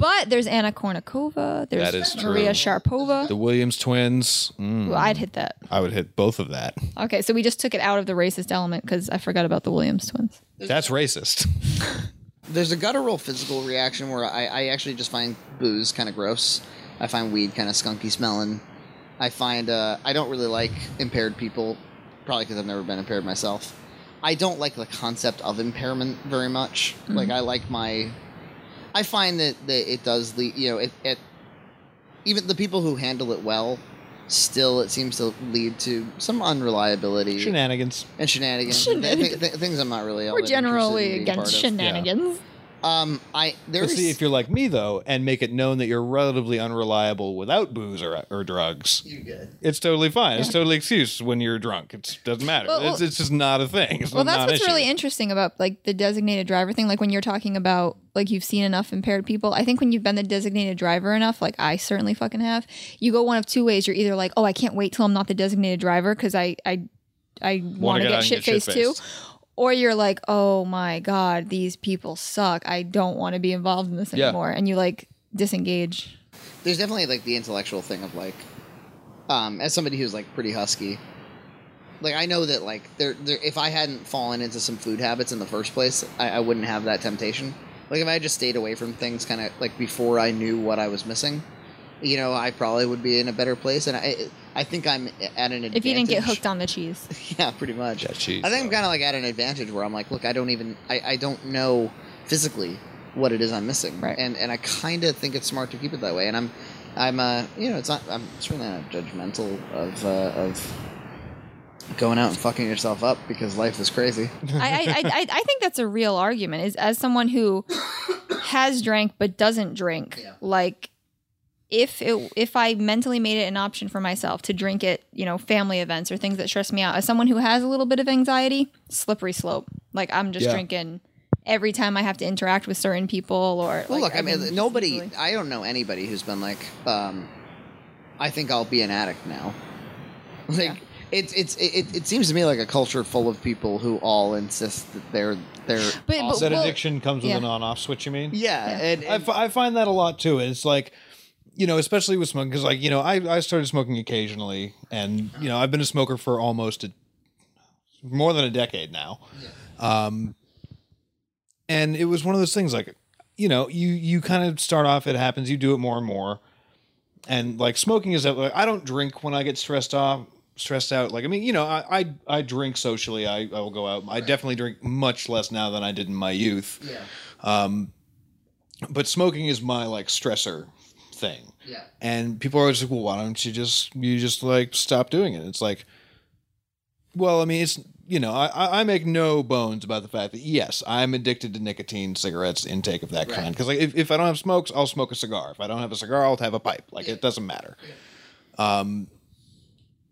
Speaker 2: But there's Anna Kournikova. There's
Speaker 3: That is
Speaker 2: Maria
Speaker 3: true.
Speaker 2: Sharapova.
Speaker 3: the Williams twins. Mm,
Speaker 2: Well, I'd hit that.
Speaker 3: I would hit both of that.
Speaker 2: Okay, so we just took it out of the racist element because I forgot about the Williams twins.
Speaker 3: That's racist.
Speaker 1: there's a guttural physical reaction where I, I actually just find booze kind of gross. I find weed kind of skunky smelling. I find uh, I don't really like impaired people, probably because I've never been impaired myself. I don't like the concept of impairment very much.
Speaker 2: Mm-hmm.
Speaker 1: Like I like my, I find that, that it does lead. You know, it, it even the people who handle it well, still it seems to lead to some unreliability
Speaker 3: Shenanigans.
Speaker 1: and shenanigans, Th- th- th- things I'm not really. all
Speaker 2: We're
Speaker 1: that interested in
Speaker 2: generally
Speaker 1: being
Speaker 2: against
Speaker 1: part of.
Speaker 2: shenanigans.
Speaker 1: Um, I
Speaker 3: But
Speaker 1: there's
Speaker 3: see if you're like me though, and make it known that you're relatively unreliable without booze or, or drugs.
Speaker 1: you good.
Speaker 3: It's totally fine. It's totally excused when you're drunk. It doesn't matter.
Speaker 2: Well,
Speaker 3: it's, it's just not a thing. It's
Speaker 2: Well,
Speaker 3: not
Speaker 2: that's
Speaker 3: an
Speaker 2: what's
Speaker 3: issue.
Speaker 2: really interesting about like the designated driver thing. Like when you're talking about like you've seen enough impaired people. I think when you've been the designated driver enough, like I certainly fucking have, you go one of two ways. You're either like, oh, I can't wait till I'm not the designated driver because I I I want to
Speaker 3: get
Speaker 2: get
Speaker 3: out and get
Speaker 2: shit faced too.
Speaker 3: shit-faced.
Speaker 2: Or you're like, oh my god, these people suck. I don't want to be involved in this
Speaker 3: Yeah.
Speaker 2: anymore. And you like disengage.
Speaker 1: There's definitely like the intellectual thing of like, um, as somebody who's like pretty husky, like I know that like there, there if I hadn't fallen into some food habits in the first place, I, I wouldn't have that temptation. Like if I had just stayed away from things, kind of like before I knew what I was missing, you know, I probably would be in a better place. And I, I think I'm at an advantage.
Speaker 2: If you didn't get hooked on the cheese,
Speaker 1: [LAUGHS] yeah, pretty much.
Speaker 3: That cheese,
Speaker 1: I think I'm
Speaker 3: though.
Speaker 1: kind of like at an advantage where I'm like, look, I don't even, I, I don't know physically what it is I'm missing,
Speaker 2: Right.
Speaker 1: and and I kind of think it's smart to keep it that way. And I'm, I'm, uh, you know, it's not, I'm certainly not judgmental of uh, of going out and fucking yourself up because life is crazy.
Speaker 2: [LAUGHS] I, I, I, I think that's a real argument. Is as someone who has drank but doesn't drink,
Speaker 1: Yeah.
Speaker 2: like if it if I mentally made it an option for myself to drink at you know family events or things that stress me out, as someone who has a little bit of anxiety, slippery slope. Like I'm just
Speaker 3: Yeah.
Speaker 2: drinking every time I have to interact with certain people or.
Speaker 1: Well,
Speaker 2: like,
Speaker 1: look, I mean,
Speaker 2: been
Speaker 1: nobody,
Speaker 2: easily-
Speaker 1: I don't know anybody who's been like, um, I think I'll be an addict now. [LAUGHS] Like,
Speaker 2: Yeah.
Speaker 1: it's it's it, it seems to me like a culture full of people who all insist that they're they're
Speaker 2: But, but
Speaker 3: That
Speaker 2: well,
Speaker 3: addiction comes with
Speaker 2: yeah.
Speaker 3: an on-off switch. You mean?
Speaker 1: yeah,
Speaker 2: Yeah.
Speaker 1: And,
Speaker 3: I,
Speaker 1: and-
Speaker 3: f- I find that a lot too. And it's like, you know, especially with smoking, because like, you know, I, I started smoking occasionally, and you know, I've been a smoker for almost a, more than a decade now. Um, and it was one of those things like, you know, you you kind of start off. It happens. You do it more and more, and like smoking is that. Like, I don't drink when I get stressed off. Stressed out, like I mean, you know, I I, I drink socially. I, I will go out. I definitely drink much less now than I did in my youth
Speaker 1: yeah,
Speaker 3: Um, but smoking is my like stressor thing
Speaker 1: yeah.
Speaker 3: and people are always like well why don't you just you just like stop doing it it's like well i mean it's you know i I- i make no bones about the fact that yes i'm addicted to nicotine cigarettes intake of that
Speaker 1: Right.
Speaker 3: kind because like if, if i don't have smokes i'll smoke a cigar if i don't have a cigar i'll have a pipe like it doesn't matter um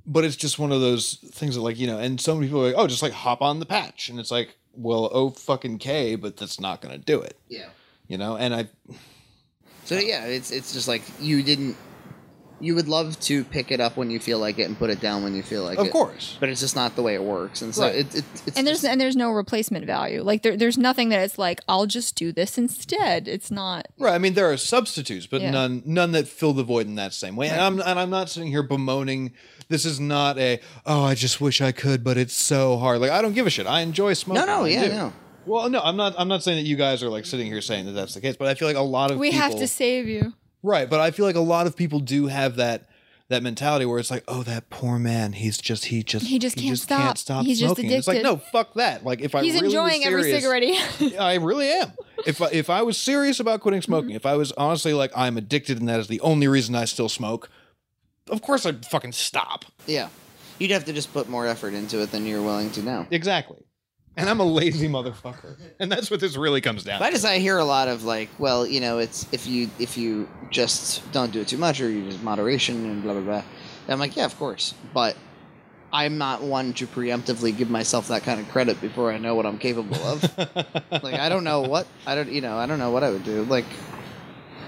Speaker 3: but it's just one of those things that like you know and some people are like oh just like hop on the patch and it's like well oh fucking k but that's not gonna do it
Speaker 1: Yeah.
Speaker 3: you know and i
Speaker 1: So yeah, it's it's just like you didn't. You would love to pick it up when you feel like it and put it down when you feel like it.
Speaker 3: of course
Speaker 1: but it's just not the way it works, and so
Speaker 3: Right.
Speaker 1: it, it it's
Speaker 2: and there's
Speaker 1: just-
Speaker 2: and there's no replacement value. Like there, there's nothing that it's like I'll just do this instead. It's not.
Speaker 3: Right. I mean, there are substitutes, but
Speaker 2: Yeah.
Speaker 3: none none that fill the void in that same way. And I'm and I'm not sitting here bemoaning. This is not a oh, I just wish I could, but it's so hard. Like I don't give a shit. I enjoy smoking.
Speaker 1: no no
Speaker 3: I
Speaker 1: yeah
Speaker 3: do.
Speaker 1: no.
Speaker 3: Well, no, I'm not. I'm not saying that you guys are like sitting here saying that that's the case, but I feel like a lot of
Speaker 2: We have
Speaker 3: people-
Speaker 2: to save you.
Speaker 3: Right, but I feel like a lot of people do have that that mentality where it's like, oh, that poor man, he's just he just
Speaker 2: He just can't stop. He's just
Speaker 3: smoking. It's like
Speaker 2: addicted.
Speaker 3: no, fuck that. Like if I
Speaker 2: He's
Speaker 3: really was
Speaker 2: enjoying every
Speaker 3: serious-
Speaker 2: cigarette he has. [LAUGHS]
Speaker 3: I really am. If I, if I was serious about quitting smoking, if I was honestly like I'm addicted and that is the only reason I still smoke, of course I'd fucking stop.
Speaker 1: yeah. You'd have to just put more effort into it than you're willing to now.
Speaker 3: Exactly. And I'm a lazy motherfucker, and that's what this really comes down. [LAUGHS]
Speaker 1: Why
Speaker 3: to.
Speaker 1: does I hear a lot of like, well, you know, it's if you if you just don't do it too much or you just moderation and blah blah blah. And I'm like, yeah, of course, but I'm not one to preemptively give myself that kind of credit before I know what I'm capable of. like I don't know what I don't you know I don't know what I would do. Like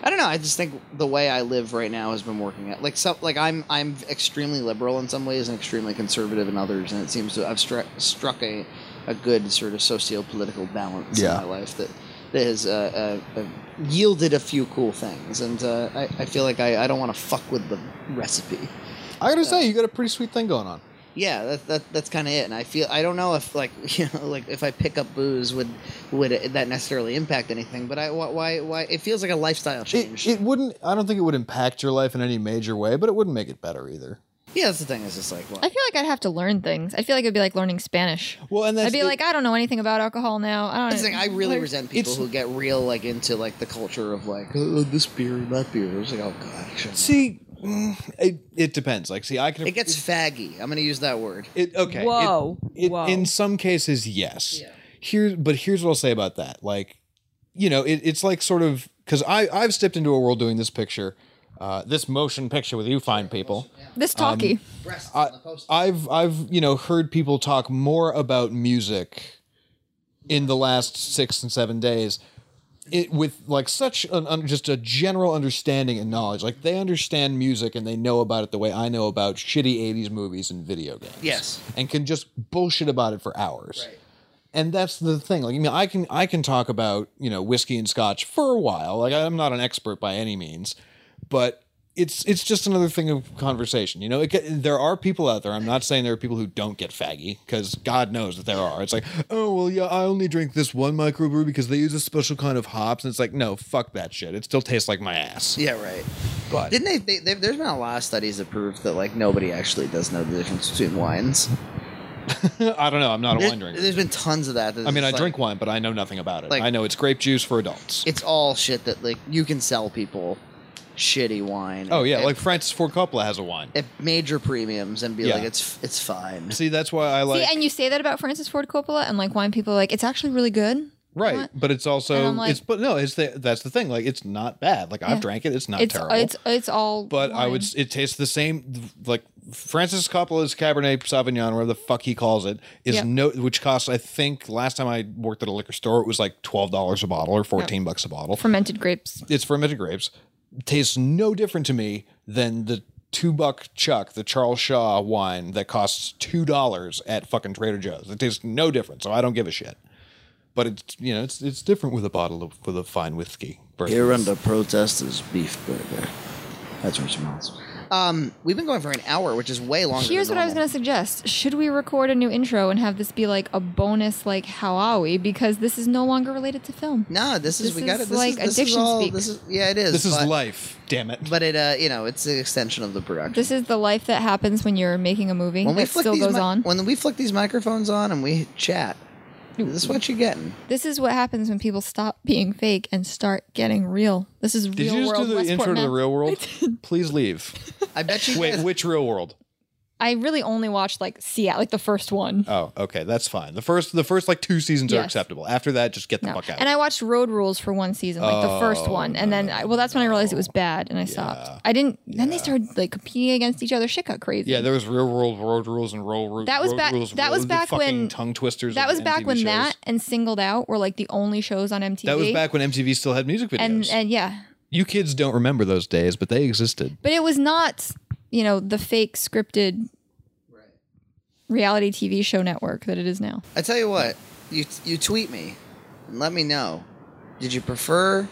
Speaker 1: I don't know. I just think the way I live right now has been working out. Like so, like I'm I'm extremely liberal in some ways and extremely conservative in others, and it seems to I've struck struck a a good sort of socio political balance
Speaker 3: Yeah.
Speaker 1: in my life that that has uh, uh, uh, yielded a few cool things, and uh, I I feel like I, I don't want to fuck with the recipe.
Speaker 3: I gotta say, you got a pretty sweet thing going on.
Speaker 1: Yeah, that, that that's kind of it. And I feel I don't know if like [LAUGHS] you know like if I pick up booze would would it, that necessarily impact anything? But I why- why why it feels like a lifestyle change.
Speaker 3: It, it wouldn't. I don't think it would impact your life in any major way, but it wouldn't make it better either.
Speaker 1: yeah, that's the thing. It's just like well,
Speaker 2: I feel like I'd have to learn things. I feel like it'd be like learning Spanish.
Speaker 3: Well, and that's
Speaker 2: I'd be
Speaker 3: it-
Speaker 2: like, I don't know anything about alcohol now. I don't.
Speaker 1: it's like I really
Speaker 2: like,
Speaker 1: resent people
Speaker 3: it's-
Speaker 1: who get real like into like the culture of like oh, this beer and that beer. It's like oh god, I shouldn't.
Speaker 3: see, mm, it, it depends. Like, see, I can.
Speaker 1: it gets faggy. I'm gonna use that word.
Speaker 3: It okay. it-
Speaker 2: Whoa,
Speaker 3: it-
Speaker 2: whoa.
Speaker 3: In some cases, yes.
Speaker 1: Yeah.
Speaker 3: Here, but here's what I'll say about that. Like, you know, it, it's like sort of because I I've stepped into a world doing this picture, uh, this motion picture with you fine people.
Speaker 2: This talkie.
Speaker 1: Breasts
Speaker 3: I, I've I've you know heard people talk more about music in the last six and seven days. It, with like such an un, just a general understanding and knowledge, like they understand music and they know about it the way I know about shitty '80s movies and video games
Speaker 1: Yes.
Speaker 3: and can just bullshit about it for hours. And that's the thing. Like, I mean, I can I can talk about you know whiskey and scotch for a while. Like, I'm not an expert by any means, but it's it's just another thing of conversation. You know, it, get- there are people out there. I'm not saying there are people who don't get faggy because God knows that there are. It's like, oh well, yeah, I only drink this one microbrew because they use a special kind of hops, and it's like, no, fuck that shit. It still tastes like my ass.
Speaker 1: Yeah, right.
Speaker 3: But-
Speaker 1: didn't they, they, they? There's been a lot of studies that prove that like nobody actually does know the difference between wines.
Speaker 3: [LAUGHS] I don't know. I'm not a
Speaker 1: There's-
Speaker 3: wine drinker.
Speaker 1: There's been tons of that. that
Speaker 3: I mean,
Speaker 1: it's
Speaker 3: I
Speaker 1: like-
Speaker 3: drink wine, but I know nothing about it.
Speaker 1: like-
Speaker 3: I know it's grape juice for adults.
Speaker 1: It's all shit that like you can sell people shitty wine.
Speaker 3: oh yeah,
Speaker 1: at,
Speaker 3: like Francis Ford Coppola has a wine.
Speaker 1: at major premiums and be
Speaker 3: Yeah.
Speaker 1: like it's it's fine.
Speaker 3: See, that's why I like
Speaker 2: See, and you say that about Francis Ford Coppola, and like wine people are like, it's actually really good.
Speaker 3: right,
Speaker 2: What?
Speaker 3: but it's
Speaker 2: And
Speaker 3: also
Speaker 2: I'm like-
Speaker 3: it's but no, it's the, that's the thing. Like it's not bad. Like
Speaker 2: Yeah.
Speaker 3: I've drank it. It's not
Speaker 2: it's
Speaker 3: terrible.
Speaker 2: it's it's all.
Speaker 3: but I
Speaker 2: wine.
Speaker 3: would. s- It tastes the same. Like Francis Coppola's Cabernet Sauvignon, whatever the fuck he calls it, is
Speaker 2: Yeah.
Speaker 3: no, which costs. I think last time I worked at a liquor store, it was like twelve dollars a bottle or fourteen bucks a bottle.
Speaker 2: fermented grapes.
Speaker 3: it's fermented grapes. Tastes no different to me than the two buck Chuck, the Charles Shaw wine that costs two dollars at fucking Trader Joe's. It tastes no different, so I don't give a shit. But it's you know it's it's different with a bottle of with a fine whiskey. versus-
Speaker 1: Here under protest is beef burger. That's what it smells. Um, we've been going for an hour, which is way longer.
Speaker 2: Here's
Speaker 1: than
Speaker 2: what I was
Speaker 1: normal.
Speaker 2: gonna suggest: Should we record a new intro and have this be like a bonus, like how are we? Because this is no longer related to film.
Speaker 1: No, this is we
Speaker 2: This
Speaker 1: got
Speaker 2: is
Speaker 1: it. This
Speaker 2: like
Speaker 1: is, this is
Speaker 2: addiction
Speaker 1: all,
Speaker 2: speak.
Speaker 1: This is yeah, it is.
Speaker 3: This is
Speaker 1: but,
Speaker 3: life, damn it.
Speaker 1: but it uh, you know, it's an extension of the production.
Speaker 2: This is the life that happens when you're making a movie
Speaker 1: when we
Speaker 2: that
Speaker 1: flick
Speaker 2: still
Speaker 1: these
Speaker 2: goes
Speaker 1: mi-
Speaker 2: on.
Speaker 1: when we flick these microphones on and we chat, this is what you're getting.
Speaker 2: This is what happens when people stop being fake and start getting real. This is
Speaker 3: Did
Speaker 2: real
Speaker 3: you just
Speaker 2: world
Speaker 3: do the
Speaker 2: Westport
Speaker 3: intro to the
Speaker 2: Mass.
Speaker 3: real world? Please leave.
Speaker 1: I bet you.
Speaker 3: Wait,
Speaker 2: [LAUGHS]
Speaker 1: guys-
Speaker 3: which real world?
Speaker 2: I really only watched like Seattle, like the first one.
Speaker 3: Oh, okay, that's fine. The first the first like two seasons are
Speaker 2: Yes.
Speaker 3: acceptable. After that, just get the
Speaker 2: No.
Speaker 3: fuck out.
Speaker 2: And I watched Road Rules for one season, like the first
Speaker 1: Oh,
Speaker 2: one, and then I, well, that's when I realized it was bad, and I stopped. I didn't. Then they started like competing against each other. Shit got crazy.
Speaker 3: yeah, there was real world road rules and roll rules.
Speaker 2: That was back- that was back when-
Speaker 3: tongue twisters.
Speaker 2: that
Speaker 3: on
Speaker 2: was back
Speaker 3: MTV
Speaker 2: when
Speaker 3: shows.
Speaker 2: that and Singled Out were like the only shows on MTV.
Speaker 3: That was back when MTV still had music videos.
Speaker 2: and and yeah,
Speaker 3: you kids don't remember those days, but they existed.
Speaker 2: but it was not you know the fake scripted reality TV show network that it is now.
Speaker 1: I tell you what, you you tweet me and let me know. Did you prefer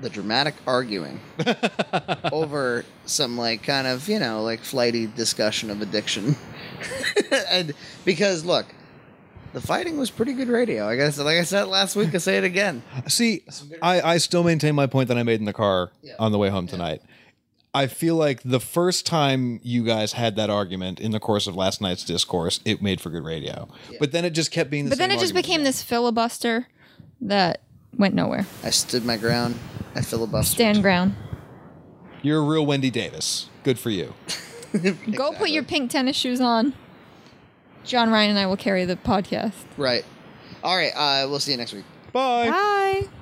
Speaker 1: the dramatic arguing over some like kind of you know like flighty discussion of addiction? [LAUGHS] and because look, the fighting was pretty good radio. I guess like I said last week, I say it again.
Speaker 3: See, I, I still maintain my point that I made in the car
Speaker 1: Yeah.
Speaker 3: on the way home tonight. I feel like the first time you guys had that argument in the course of last night's discourse, it made for good radio. But then it just kept being. The
Speaker 2: But then
Speaker 3: same
Speaker 2: it just
Speaker 3: argument.
Speaker 2: became this filibuster that went nowhere.
Speaker 1: I stood my ground. I filibustered.
Speaker 2: Stand ground.
Speaker 3: You're a real Wendy Davis. Good for you.
Speaker 2: Go put your pink tennis shoes on. John Ryan and I will carry the podcast.
Speaker 1: Right. All right. Uh, we'll see you next week.
Speaker 3: Bye.
Speaker 2: Bye.